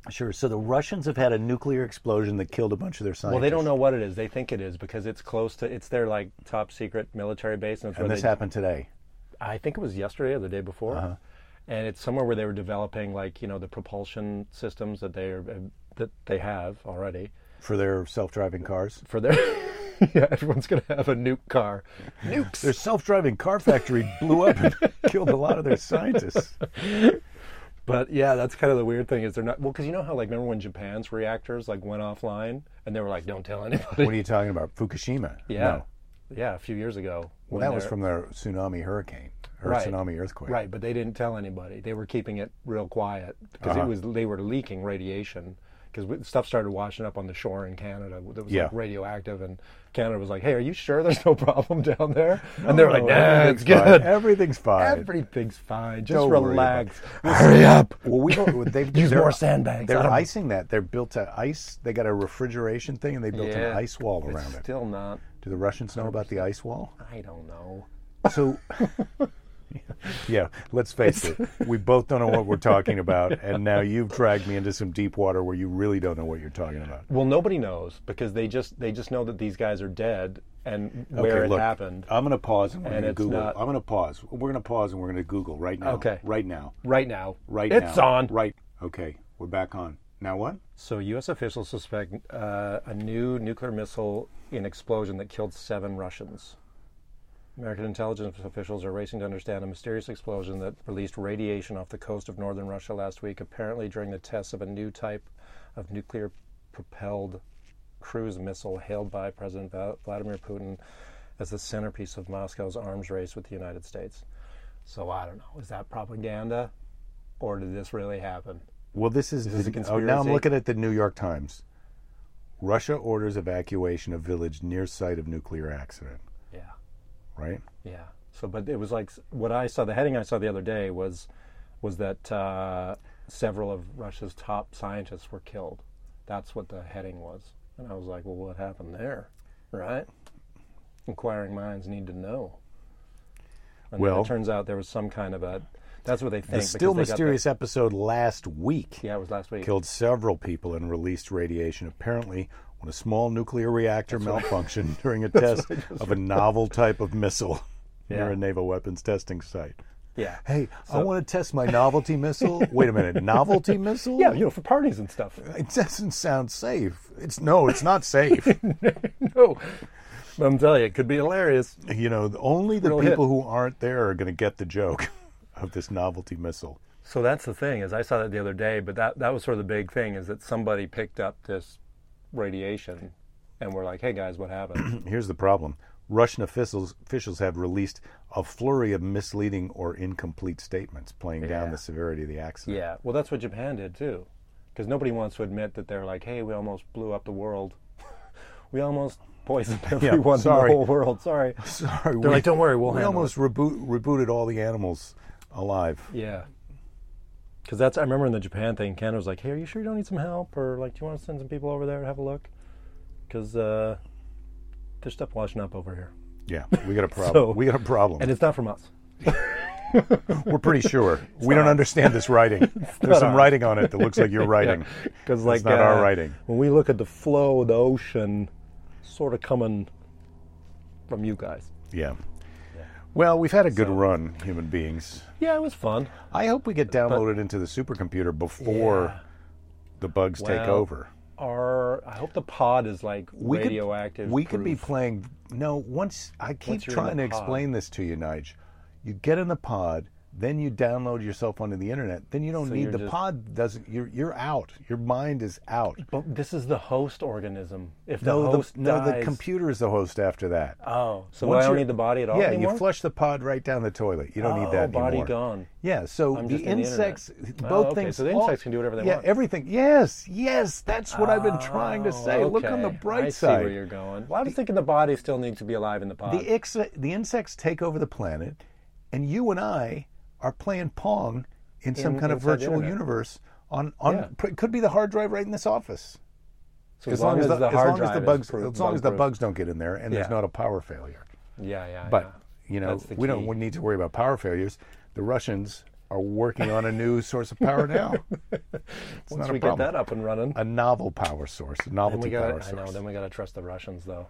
Sure. So the Russians have had a nuclear explosion that killed a bunch of their scientists.
Well, they don't know what it is. They think it is because it's close to it's their like top secret military base, and, it's
And
where
this Uh-huh.
they,
happened today.
I think it was yesterday or the day before, and it's somewhere where they were developing like you know the propulsion systems that they are, that they have already
for their self-driving cars.
for their. yeah, everyone's gonna have a nuke car. Nukes.
Their self-driving car factory blew up and killed a lot of their scientists.
But yeah, that's kind of the weird thing is they're not well because you know how like remember when Japan's reactors like went offline and they were like don't tell anybody.
What are you talking about? Fukushima?
Yeah, yeah, a few years ago.
Well,
when
that was
they're-
from their tsunami hurricane or
Right.
tsunami earthquake.
right, but they didn't tell anybody. They were keeping it real quiet because
Uh-huh.
it was they were leaking radiation because stuff started washing up on the shore in Canada that was
Yeah.
like radioactive and Canada was like, hey, are you sure there's no problem down there? and they were like,
Oh,
nah,
everything's
it's
fine.
good.
Everything's fine.
Everything's fine. Just
Don't worry about
relax. Hurry up.
well, we don't. They
Use
they're-
more sandbags. I
They're
don't-
icing that. They're built a ice. They got a refrigeration thing, and they built an
Yeah.
ice wall around
It's
it.
still not.
Do the Russians know about the ice wall?
I don't know.
So, yeah, let's face it. We both don't know what we're talking about, and now you've dragged me into some deep water where you really don't know what you're talking about.
Well, nobody knows because they just they just know that these guys are dead and where it
look,
happened
I'm going to pause and we're going to
it's
Google.
not-
I'm going to pause. We're going to pause and we're going to Google right now.
Okay.
Right now.
right now.
Right now.
it's on.
Right. Okay. We're back on. Now what?
So U.S. officials suspect uh, a new nuclear missile in explosion that killed seven Russians. American intelligence officials are racing to understand a mysterious explosion that released radiation off the coast of northern Russia last week, apparently during the tests of a new type of nuclear propelled cruise missile hailed by President Va- Vladimir Putin as the centerpiece of Moscow's arms race with the United States. So I don't know. Is that propaganda or did this really happen?
Well, this is,
this
the-
a
Oh, now I'm
conspiracy?
looking at the New York Times. Russia orders evacuation of village near site of nuclear accident.
Yeah.
Right.
Yeah. So, but it was like s- what I saw. The heading I saw the other day was was that uh, several of Russia's top scientists were killed. That's what the heading was. And I was like, well, what happened there? Right? Inquiring minds need to know. And then
Well-
it turns out there was some kind of a. That's what they think.
The
because
still
they got the-
mysterious episode last week
yeah, it was last week.
killed several people and released radiation, apparently when a small nuclear reactor malfunctioned during a test of a novel type of missile near
Yeah.
a naval weapons testing site.
Yeah.
Hey, I want to test my novelty missile. Wait a minute, novelty missile?
Yeah, you know, for parties and stuff.
It doesn't sound safe. It's no, it's not safe.
no. But I'm telling you, it could be hilarious.
you know, the- only the
Real hit.
people who aren't there are going to get the joke of this novelty missile.
So that's the thing is I saw that the other day, but that that was sort of the big thing is that somebody picked up this radiation, and we're like, hey guys, what happened?
Here's the problem. Russian officials officials have released a flurry of misleading or incomplete statements playing down
Yeah.
the severity of the accident.
yeah, well that's what Japan did too, because nobody wants to admit that they're like, hey, we almost blew up the world, we almost poisoned everyone
sorry.
in the whole world. Sorry.
Sorry,
They're like, "Don't worry, we'll
we
handle it."
almost reboot, rebooted all the animals alive.
Yeah. Because that's I remember in the Japan thing, Ken was like, hey, are you sure you don't need some help, or like, do you want to send some people over there to have a look? Because uh, there's stuff washing up over here,
Yeah, we got a problem.
So-
we got a problem.
and it's not from us.
We're pretty sure. we don't understand this writing. There's some
ours.
writing on it that looks like your writing.
Because
It's
like
not our
uh,
writing.
When we look at the flow of the ocean, sort of coming from you guys.
Yeah. Well, we've had a good run, human beings.
Yeah, it was fun.
I hope we get downloaded into the supercomputer before
Yeah.
the bugs take
Well,
over.
Our I hope the pod is like
We could-
radioactive.
we could be
proof.
playing. No, once I keep
Once you're in
trying to
the pod.
explain this to you, Nige. You get in the pod, then you download yourself onto the internet. Then you don't
So
need
you're
the
just-
pod. Doesn't you're you're out. Your mind is out.
But this is the host organism. If the
No,
host
the, no, the
dies-
computer is the host after that.
Oh, so
Once
I don't
you're-
need the body at all
yeah,
anymore.
you flush the pod right down the toilet. You don't
Oh,
need that
body
anymore.
gone.
Yeah, so
I'm
the
just in the internet.
insects, both
Oh, okay,
things.
so the insects can do whatever they
yeah,
want.
everything. Yes, yes, that's what I've been trying to say.
Oh,
Look on the
okay.
bright
I
side.
see where you're going. Well, I was thinking the body still needs to be alive in the pod.
The, ex- the insects take over the planet, and you and I are playing Pong in, some
In-
kind of
inside the
virtual
internet.
universe. On, on
Yeah.
pr- it could be the hard drive right in this office.
so as long as, the,
as
hard
long as the
drive is
bugs,
proof-
as long as the
bug-proof.
bugs don't get in there, and there's
Yeah.
not a power failure.
Yeah, yeah.
But
yeah.
you know,
That's the
we don't
key.
we need to worry about power failures. The Russians are working on a new source of power now. It's
Once
not
we
a problem.
get that up and running,
A novel power source, a
then we
novelty power
got. I
source.
know. Then we got to trust the Russians, though.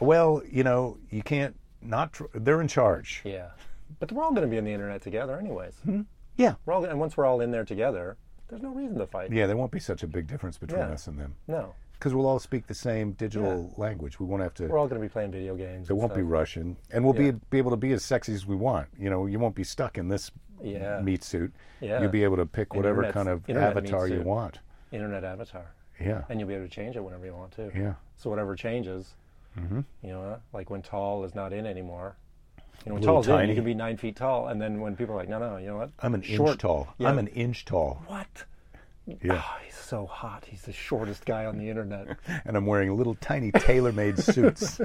Well, you know, you can't not. Tr- they're in charge.
Yeah, but we're all going to be on the internet together, anyways.
Hmm. Yeah,
We're all, gonna- and once we're all in there together, there's no reason to fight.
yeah. There won't be such a big difference between
Yeah.
us and them
No,
because we'll all speak the same digital language. We won't have to.
we're all going to be playing video games.
It won't be Russian, and we'll be be able to be as sexy as we want. You know, you won't be stuck in this
Yeah.
meat suit.
Yeah.
You'll be able to pick whatever
Internet's-
kind of
internet meat
avatar you
suit.
want.
internet avatar,
Yeah.
and you'll be able to change it whenever you want to.
Yeah. Mm-hmm.
So whatever changes, you know, like when tall is not in anymore. You know, when
Little
tall's in,
tiny. Uh,
you can be nine feet tall, and then when people are like, no, no, you know what?
I'm an
Short-
inch tall.
Yeah.
I'm an inch tall.
What?
Yeah.
Oh, he's so hot. He's the shortest guy on the internet.
And I'm wearing little tiny tailor-made suits.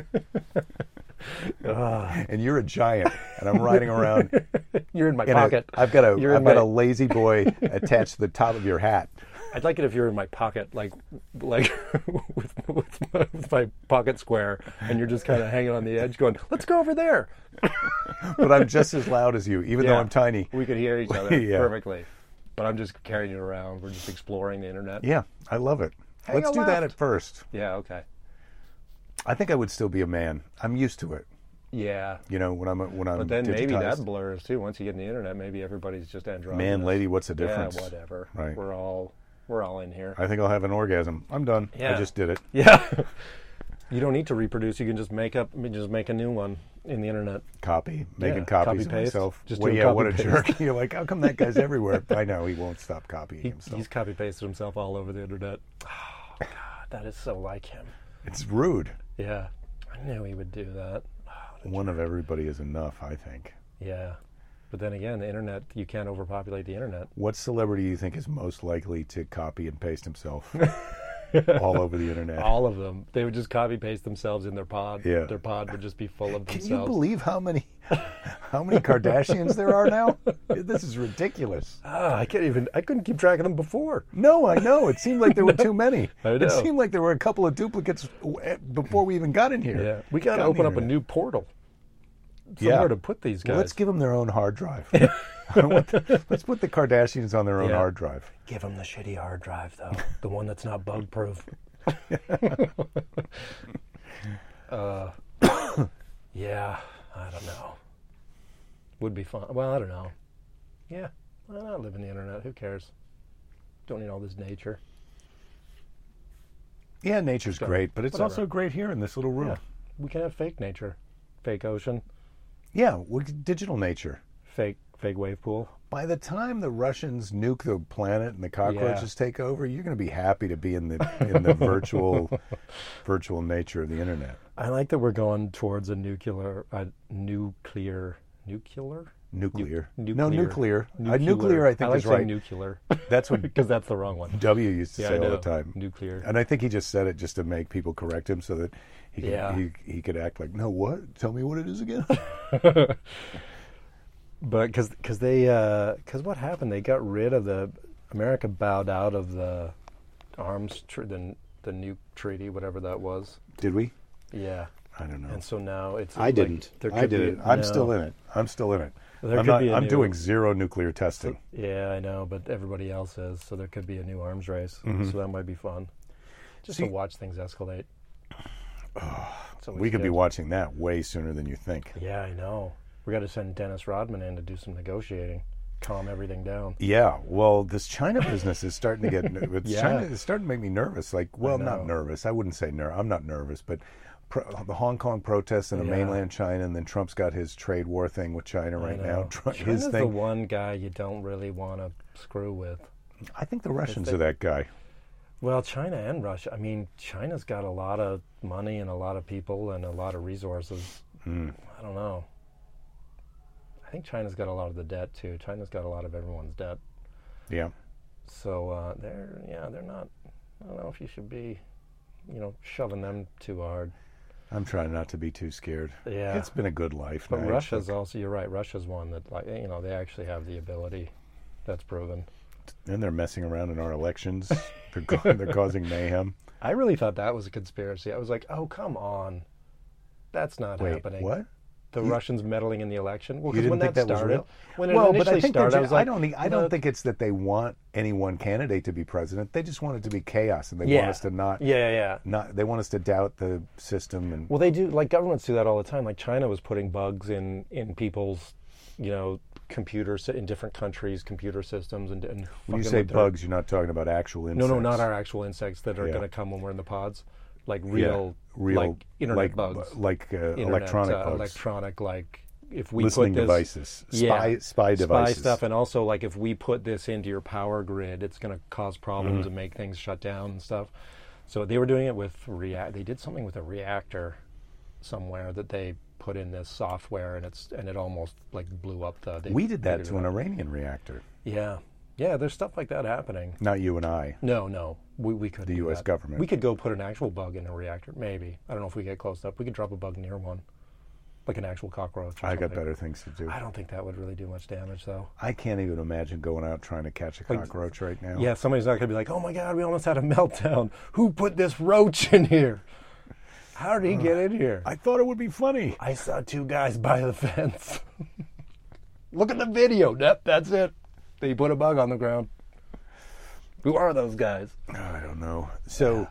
and you're a giant, and I'm riding around.
You're in my
In a,
pocket.
I've got a
You're in
have got
my-
a lazy boy attached to the top of your hat.
I'd like it if you're in my pocket, like, like with, with, my, with my pocket square, and you're just kind of hanging on the edge, going, "Let's go over there."
But I'm just as loud as you, even though
Yeah.
I'm tiny.
We could hear each other
Yeah.
perfectly, but I'm just carrying it around. We're just exploring the internet.
Yeah, I love it.
Hang
Let's
a
do that at
left.
first.
Yeah, okay.
I think I would still be a man. I'm used to it.
Yeah.
You know, when I'm when I'm
But then maybe
digitized.
that blurs too. Once you get in the internet, maybe everybody's just androgynous.
man, lady, what's the
yeah,
difference?
whatever.
Right.
We're all we're all in here.
I think I'll have an orgasm. I'm done. I
Yeah.
just did it.
Yeah. you don't need to reproduce. You can just make up, just make a new one in the internet.
Copy, making
Yeah,
copies
copy
of
paste.
myself.
Just
well,
do a
yeah,
copy
what a
paste.
jerk. You're like, how come that guy's everywhere? I know he won't stop copying himself.
He's copy pasted himself all over the internet. Oh, God, that is so like him.
It's rude.
Yeah. I knew he would do that.
One of everybody is enough, I think.
Yeah. But then again, the internet, you can't overpopulate the internet.
What celebrity do you think is most likely to copy and paste himself all over the internet?
All of them. They would just copy paste themselves in their pod.
Yeah.
Their pod would just be full of
Can
themselves.
you believe how many how many Kardashians there are now? This is ridiculous.
Ah, I can't even. I couldn't keep track of them before.
No, I know. It seemed like there were too many.
I
It
know.
seemed like there were a couple of duplicates w- eh, before we even got in here.
Yeah, we got to
Got
open
an
up a new portal.
Yeah.
Somewhere to put these guys.
Let's give them their own hard drive. I want the- Let's put the Kardashians on their own
Yeah.
hard drive.
give them the shitty hard drive though, the one that's not bug proof. uh, yeah, I don't know. Would be fun. Well, I don't know. Yeah, why not live in the internet? Who cares? Don't need all this nature.
Yeah, nature's
So,
great, but it's
whatever.
also great here in this little room.
Yeah, we can have fake nature, fake ocean,
Yeah, we digital nature.
fake fake wave pool.
By the time the Russians nuke the planet and the cockroaches take over, you're going to be happy to be in the in the virtual virtual nature of the internet.
I like that we're going towards a nuclear, a nuclear, nuclear,
Nuclear.
nuclear,
No, nuclear. Uh, nuclear, I think,
like
is
saying
right.
Nuclear,
That's what
because that's the wrong one.
W used to
Yeah, I
say all
know.
the time.
Nuclear.
And I think he just said it just to make people correct him so that he could,
Yeah.
he, he could act like, no, what? Tell me what it is again.
But because because they because what happened? They got rid of the America bowed out of the arms tr- the the new treaty, whatever that was.
Did we?
Yeah,
I don't know.
and so now it's.
I
like,
didn't.
there
I
could
did
be-
it. I'm
no.
still in it. I'm still in it.
There
I'm,
could
not,
be a
I'm
new-
doing zero nuclear testing.
Yeah, I know, but everybody else is. So there could be a new arms race. So that might be fun. Just
See-
to watch things escalate. Oh, It's always
We could be
good.
watching that way sooner than you think.
Yeah, I know. We got to send Dennis Rodman in to do some negotiating, calm everything down.
Yeah, well, this China business is starting to get. It's
Yeah.
China is starting to make me nervous. Like, well, not
know.
nervous. I wouldn't say nervous. I'm not nervous, but pro- the Hong Kong protests and the
Yeah.
mainland China, and then Trump's got his trade war thing with China right now.
know.
Tru-
China's
his
the
thing.
one guy you don't really want to screw with.
I think the Russians are that guy.
Well, China and Russia. I mean, China's got a lot of money and a lot of people and a lot of resources. I don't know. I think China's got a lot of the debt too. China's got a lot of everyone's debt.
Yeah,
So uh, they're yeah, they're not. I don't know if you should be, you know, shoving them too hard.
I'm trying not to be too scared.
Yeah.
it's been a good life.
But
and I
Russia's also you're right. Russia's one that like you know they actually have the ability. That's proven.
actually- and they're messing around in our elections. they're, ca- they're causing mayhem.
I really thought that was a conspiracy. I was like, oh come on, that's not
Wait,
happening.
what?
the Russians meddling in the election.
You
Well, 'cause
didn't
when
think that, was
started,
real?
When it
well,
initially
but I think they're
started, I
ju-
was like,
don't. think- I don't
"Look,
think it's that they want any one candidate to be president. They just want it to be chaos, and they
yeah.
want us to not.
Yeah, yeah, yeah.
Not. They want us to doubt the system, and
Well, they do. Like governments do that all the time. Like China was putting bugs in in people's, you know, computers in different countries, computer systems, and, and
when you
fucking
say
with their-
bugs, you're not talking about actual
No,
insects.
no, not our actual insects that are
Yeah.
going to come when we're in the pods, like
Yeah,
real,
real
like internet
like,
bugs,
bu- like uh,
Internet,
electronic
uh,
bugs,
electronic, like if we
listening
put this,
devices,
Yeah.
spy spy devices.
spy stuff, and also like if we put this into your power grid, it's going to cause problems
Mm-hmm.
and make things shut down and stuff. So they were doing it with react. They did something with a reactor somewhere that they put in this software, and it's and it almost like blew up the. They
We did that
figured
to
it
an
out.
Iranian reactor.
Yeah, yeah. There's stuff like that happening.
Not you and I.
No, no, we we could. The
US government.
We could go put an actual bug in a reactor, maybe. I don't know if we get close enough. We could drop a bug near one, like an actual cockroach. Or
I
something.
got better things to do.
I don't think that would really do much damage, though.
I can't even imagine going out trying to catch a cockroach right now.
Yeah, somebody's not going to be like, "Oh my God, we almost had a meltdown. Who put this roach in here? How did he get in here?"
I thought it would be funny.
I saw two guys by the fence. Look at the video. That, that's it. They put a bug on the ground. Who are those guys?
I don't know. So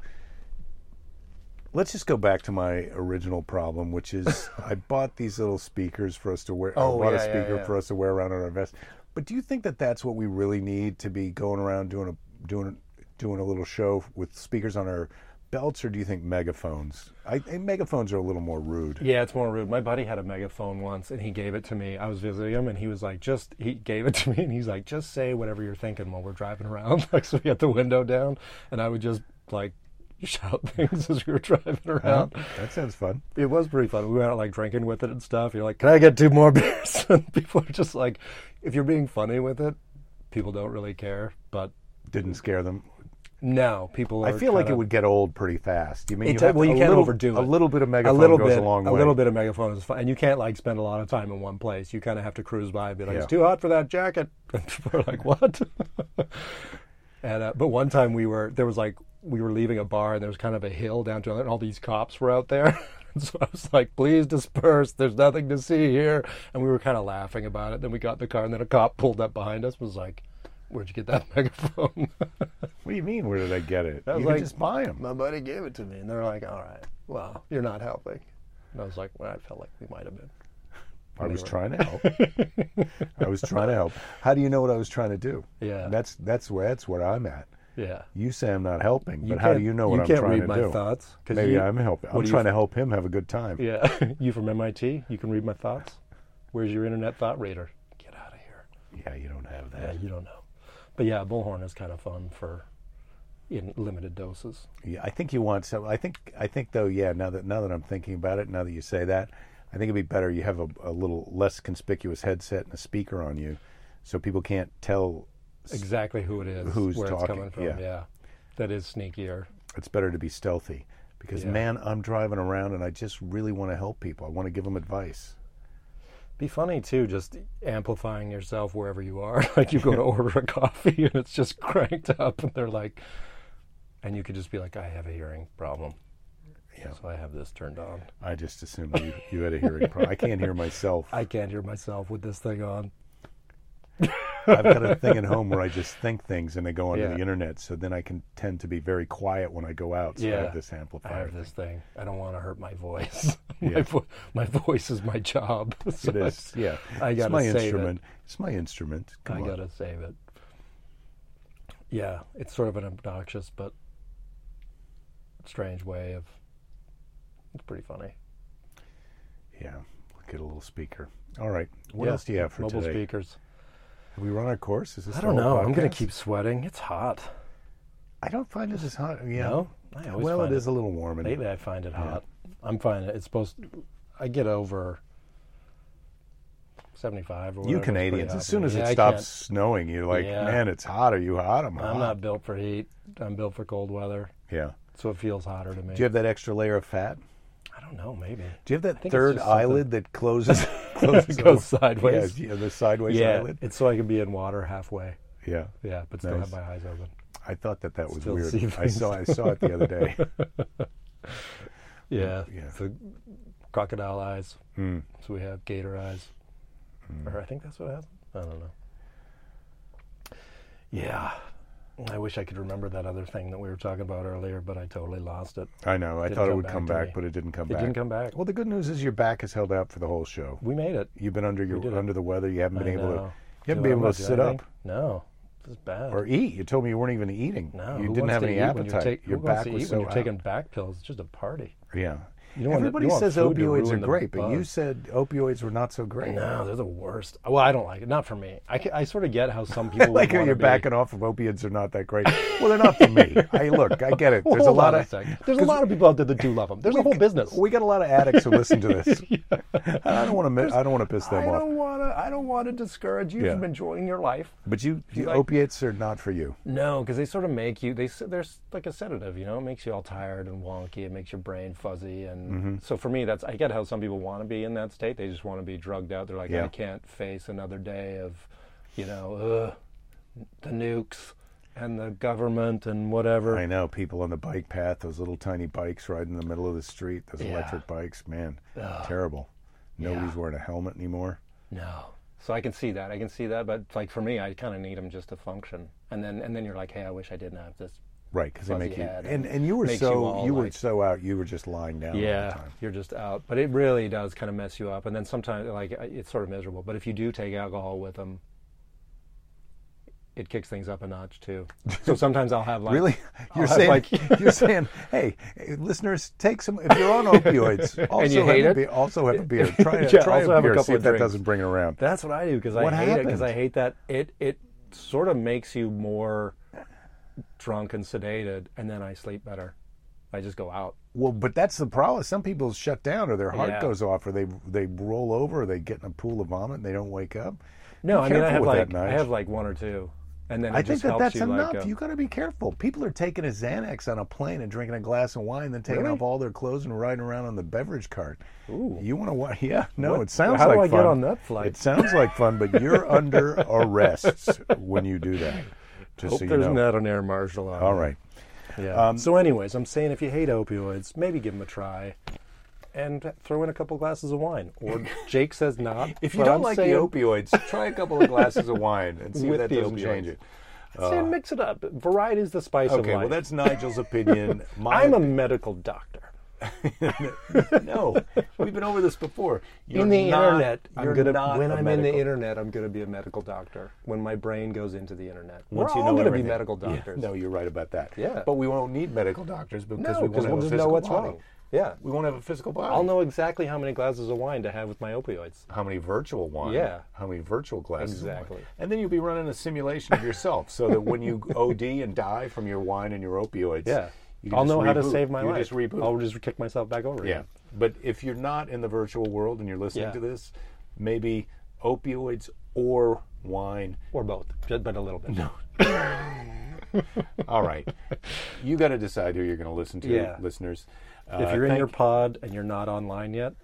let's just go back to my original problem, which is I bought these little speakers for us to wear.
Oh,
I bought a
yeah, yeah,
speaker
yeah.
for us to wear around on our vest. But do you think that that's what we really need to be going around doing a doing doing a little show with speakers on our belts, or do you think megaphones? I, think megaphones are a little more rude.
Yeah, it's more rude. My buddy had a megaphone once, and he gave it to me. I was visiting him, and he was like, "Just." He gave it to me, and he's like, "Just say whatever you're thinking while we're driving around." Like, so we had the window down, and I would just like shout things as we were driving around.
That sounds fun.
It was pretty fun. We went out like drinking with it and stuff. You're like, "Can I get two more beers?" And people are just like, if you're being funny with it, people don't really care. But
Didn't scare them.
No, people. Are
I feel like it
kinda-
would get old pretty fast. You mean
It
you
does-
have
well,
to-
you
a
can't
little,
overdo
A
it.
little bit of
a
megaphone
little
goes
bit,
a long way.
little bit of megaphone is fine, and you can't like spend a lot of time in one place. You kind of have to cruise by and be like,
Yeah.
"It's too hot for that jacket." And people are like, "What?" and uh, but one time we were there was like we were leaving a bar and there was kind of a hill down to another, and all these cops were out there. And so I was like, "Please disperse. There's nothing to see here." And we were kind of laughing about it. Then we got in the car, and then a cop pulled up behind us, and was like, "Where'd you get that megaphone?"
What do you mean? Where did I get it?
was
you
like-
can just buy them.
My buddy gave it to me, and they're like, "All right, well, you're not helping." And I was like, "Well, I felt like we might have been."
I was trying to help. I was trying to help. How do you know what I was trying to do?
Yeah.
That's that's where that's where I'm at.
Yeah.
You say I'm not helping, but how do
can't-
you know what I'm
can't
trying
read
to
my
do?
thoughts. 'cause
Maybe
you-
I'm helping.
what
I'm
do you
trying to
th-
help him have a good time.
Yeah, you from MIT? You can read my thoughts. Where's your internet thought reader? Get out of here.
Yeah, you don't have
Yeah,
that.
you don't know. But yeah, bullhorn is kind of fun for in limited doses.
Yeah, I think you want some. I think I think though. Yeah, now that now that I'm thinking about it, now that you say that, I think it'd be better you have a, a little less conspicuous headset and a speaker on you, so people can't tell.
Exactly who it is,
Who's
where it's
talking,
coming from.
yeah.
that is sneakier.
It's better to be stealthy, because
Yeah.
man, I'm driving around and I just really want to help people. I want to give them advice.
Be funny too, just amplifying yourself wherever you are. like you go to order a coffee and it's just cranked up, and they're like, and you could just be like, I have a hearing problem.
Yeah.
So I have this turned on.
I just assumed you, you had a hearing problem. I can't hear myself.
I can't hear myself with this thing on.
I've got a thing at home where I just think things and they go onto
Yeah.
the internet. So then I can tend to be very quiet when I go out. So I
Yeah.
have this
I
amplifier.
have this thing. I don't want to hurt my voice. my,
Yeah.
vo- my voice is my job. So
It is. Yeah.
I
it's
gotta
my
save it.
instrument. It's my instrument.
I,
Come on.
gotta save it. Yeah, it's sort of an obnoxious but strange way of. It's pretty funny.
Yeah. We'll get a little speaker. All right. What
Yeah,
else do you have for
mobile
today?
speakers?
Have we run our course? Is this
I
the
don't
whole
know. I'm gonna
podcast?
keep sweating. It's hot.
I don't find this as hot. Yeah.
No, I always
well,
find
it is a little warm. And
Lately, I find it hot. I'm finding it. It's supposed. I get over seventy-five or whatever.
you
It's pretty
Canadians,
hot
as
for
soon
me.
as
Yeah, I
it
can't-
stops snowing, you're like,
Yeah.
man, it's hot. Are you hot? I'm hot.
I'm not built for heat. I'm built for cold weather,
Yeah.
so it feels hotter to me.
Do you have that extra layer of fat?
I don't know. Maybe.
Do you have
I
that
think it's
third
just something-
eyelid that closes? closes
Goes
over?
sideways.
Yeah, yeah, the sideways
yeah,
eyelid.
it's so I can be in water halfway.
Yeah,
Yeah, but still have
Nice.
my eyes open.
I thought that that was
Still
weird.
see
I saw I saw it the other day.
Yeah.
Yeah.
So crocodile eyes.
Hmm.
So we have gator eyes. Or I think that's what happened. I don't know. Yeah. I wish I could remember that other thing that we were talking about earlier, but I totally lost it.
I know. I
Didn't
thought it
come
would
back
come
to
back,
me.
but it didn't come
It
back.
didn't come back.
Well, the good news is your back is held out for the whole show.
We made it.
You've been under your
did it.
under the weather. You haven't been
I
able to.
know.
You
Dude,
haven't been
I'm
able
not
to
doing
sit
anything.
up
No, this is bad.
or eat. You told me you weren't even eating.
no,
you
who
didn't
wants
have
to
any
eat
appetite.
When you're take,
your
who wants
back
to
was
eat
so
when you're
out.
taking back pills. It's just a party.
Yeah.
You don't want-
Everybody
you want
says
food to
opioids are
ruin the
great, but you
buzz.
said opioids were not so great.
No, they're the worst. Well, I don't like it. Not for me. I, ca- I sort of get how some people
like
would
how
wanna
you're
be-
backing off of opiates are not that great. Well, they're not for me. I look, I get it.
Well,
There's a
hold
lot
on
of
sec. there's a lot of people out there that do love them. There's a whole business.
we got a lot of addicts who listen to this. And I don't want to I don't want to piss
I
them off.
don't want to. I don't want to discourage you
Yeah.
from enjoying your life.
But you, you
like-
opiates are not for you.
No, because they sort of make you. They s- they're s- like a sedative. You know, it makes you all tired and wonky. It makes your brain fuzzy. And
Mm-hmm.
so for me, that's I get how some people want to be in that state. They just want to be drugged out. They're like,
Yeah.
I can't face another day of, you know, uh, the nukes and the government and whatever.
I know people on the bike path, those little tiny bikes riding in the middle of the street, those
Yeah.
electric bikes, man, terrible. Nobody's wearing a helmet anymore.
No. So I can see that. I can see that. But like for me, I kind of need them just to function. And then and then you're like, hey, I wish I didn't have this.
Right, because they
Fuzzy
make you
head
and, and you were
makes you
so
all
you, were
like-
so out. You were just lying down all the time.
You're just out. But it really does kind of mess you up. And then sometimes like it's sort of miserable. But if you do take alcohol with them, it kicks things up a notch too. So sometimes I'll have like
Really?
I'll
You're
have,
saying
Oh, like-
you're saying, hey, eh, listeners, take some. If you're on opioids, also
you hate
have
it?
a beer. Also have a beer. Try,
Yeah,
try
also
a
have a
beer.
couple
see
of
if that
drinks.
doesn't bring it around.
That's what I do because I
What
hate it because I
happened?
hate that it it sort of makes you more drunk and sedated, and then I sleep better. I just go out.
Well, but that's the problem. Some people shut down, or their heart
Yeah.
goes off, or they they roll over, or they get in a pool of vomit, and they don't wake up.
No,
Be
I mean
careful
I have
with
like
that,
I
Nige.
have like one or two, and then it
I think
just
that
helps
that's
you
enough.
like uh,
you got to be careful. People are taking a Xanax on a plane and drinking a glass of wine, then taking
Really?
off all their clothes and riding around on the beverage cart.
Ooh.
You want to watch? Yeah, no,
What-
it sounds
how do
like
I
fun.
get on that flight?
It sounds like fun, but you're under arrest when you do that. Just
hope
so you
there's
know.
not an air marshal on.
All right.
Yeah. Um, so, anyways, I'm saying if you hate opioids, maybe give them a try, and throw in a couple glasses of wine. Or Jake says not.
If you
but
don't
I'm
like
saying-
the opioids, try a couple of glasses of wine and see
With
if that
the
doesn't
opioids.
change it.
I'm saying mix it up. Variety is the spice of
Okay,
life.
well that's Nigel's opinion. My
I'm a medical doctor.
no, we've been over this before. You're
in the
not-
internet,
I'm
you're gonna
not
when
a
I'm in the
medical-
internet, I'm gonna be a medical doctor. When my brain goes into the internet,
Once
we're
you
all
know
gonna
everything.
be medical
Yeah,
doctors.
no, you're right about that.
Yeah.
but we won't need medical doctors because
No,
we won't
'cause
have
we'll
a
just know
physical
what's
body.
wrong. Yeah.
we won't have a physical body.
I'll know exactly how many glasses of wine to have with my opioids.
how many virtual wine?
Yeah.
how many virtual glasses? of wine.
Exactly.
And then you'll be running a simulation of yourself, so that when you OD and die from your wine and your opioids,
Yeah,
you can
I'll
just
know how to
reboot.
save my
you
life.
Just reboot.
I'll just kick myself back over.
Yeah.
again.
But if you're not in the virtual world and you're listening
Yeah.
to this, maybe opioids or wine.
or both, ju- but a little bit. No,
All right. you got to decide who you're going to listen to,
Yeah.
listeners. Uh,
if you're in
thank-
your pod and you're not online yet,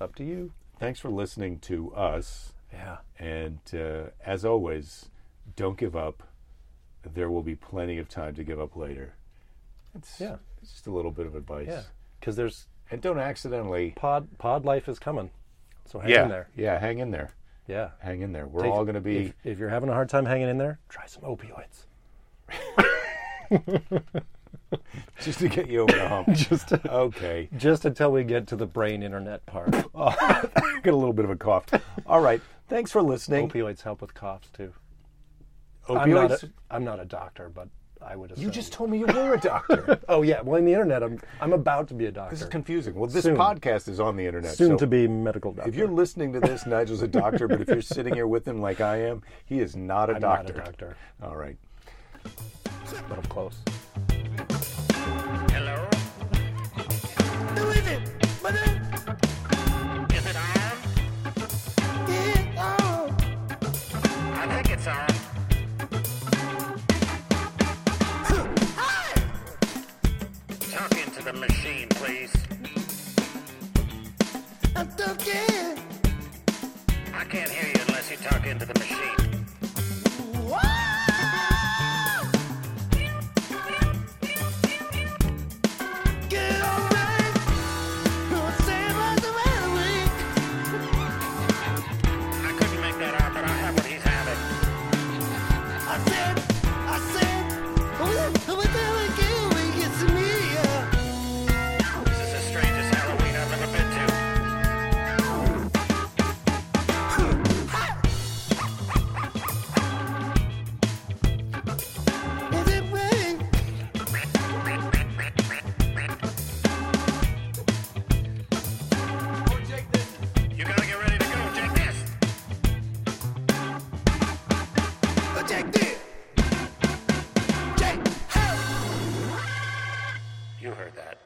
up to you.
Thanks for listening to us.
Yeah.
And uh, as always, don't give up. There will be plenty of time to give up later. It's,
Yeah.
it's just a little bit of advice.
Yeah, because there's
And don't accidentally.
pod pod life is coming, so hang in there.
Yeah. Hang in there.
Yeah,
Hang in there. We're
Take-
all going to be.
If, if you're having a hard time hanging in there, try some opioids.
just to get you over the hump. just okay.
Just until we get to the brain internet part.
Got a little bit of a cough. All right. Thanks for listening.
opioids help with coughs too. I'm not,
Opioids.
a, I'm not a doctor, but I would assume.
you just told me you were a doctor.
Oh yeah, well in the internet, I'm I'm about to be a doctor.
this is confusing. Well, this
Soon.
podcast is on the internet.
Soon
so
to be medical doctor.
If you're listening to this, Nigel's a doctor, but if you're sitting here with him like I am, he is not a
I'm
doctor.
not a doctor,
All right.
but I'm close.
Hello? Who is it? What is Is it on? It's on. I think it's on. Hi! Talk into the machine, please.
I'm talking.
I can't hear you unless you talk into the machine.
Wow. Get all right. Don't say what's the matter with
I couldn't make that out, but I have what he's having.
you. I said, I said, what the hell again when you get to me? yeah.
This is the strangest Halloween I've ever been to.
Is it right?
You gotta get ready to go. Take this.
Oh, check this. Check. Hey.
You heard that.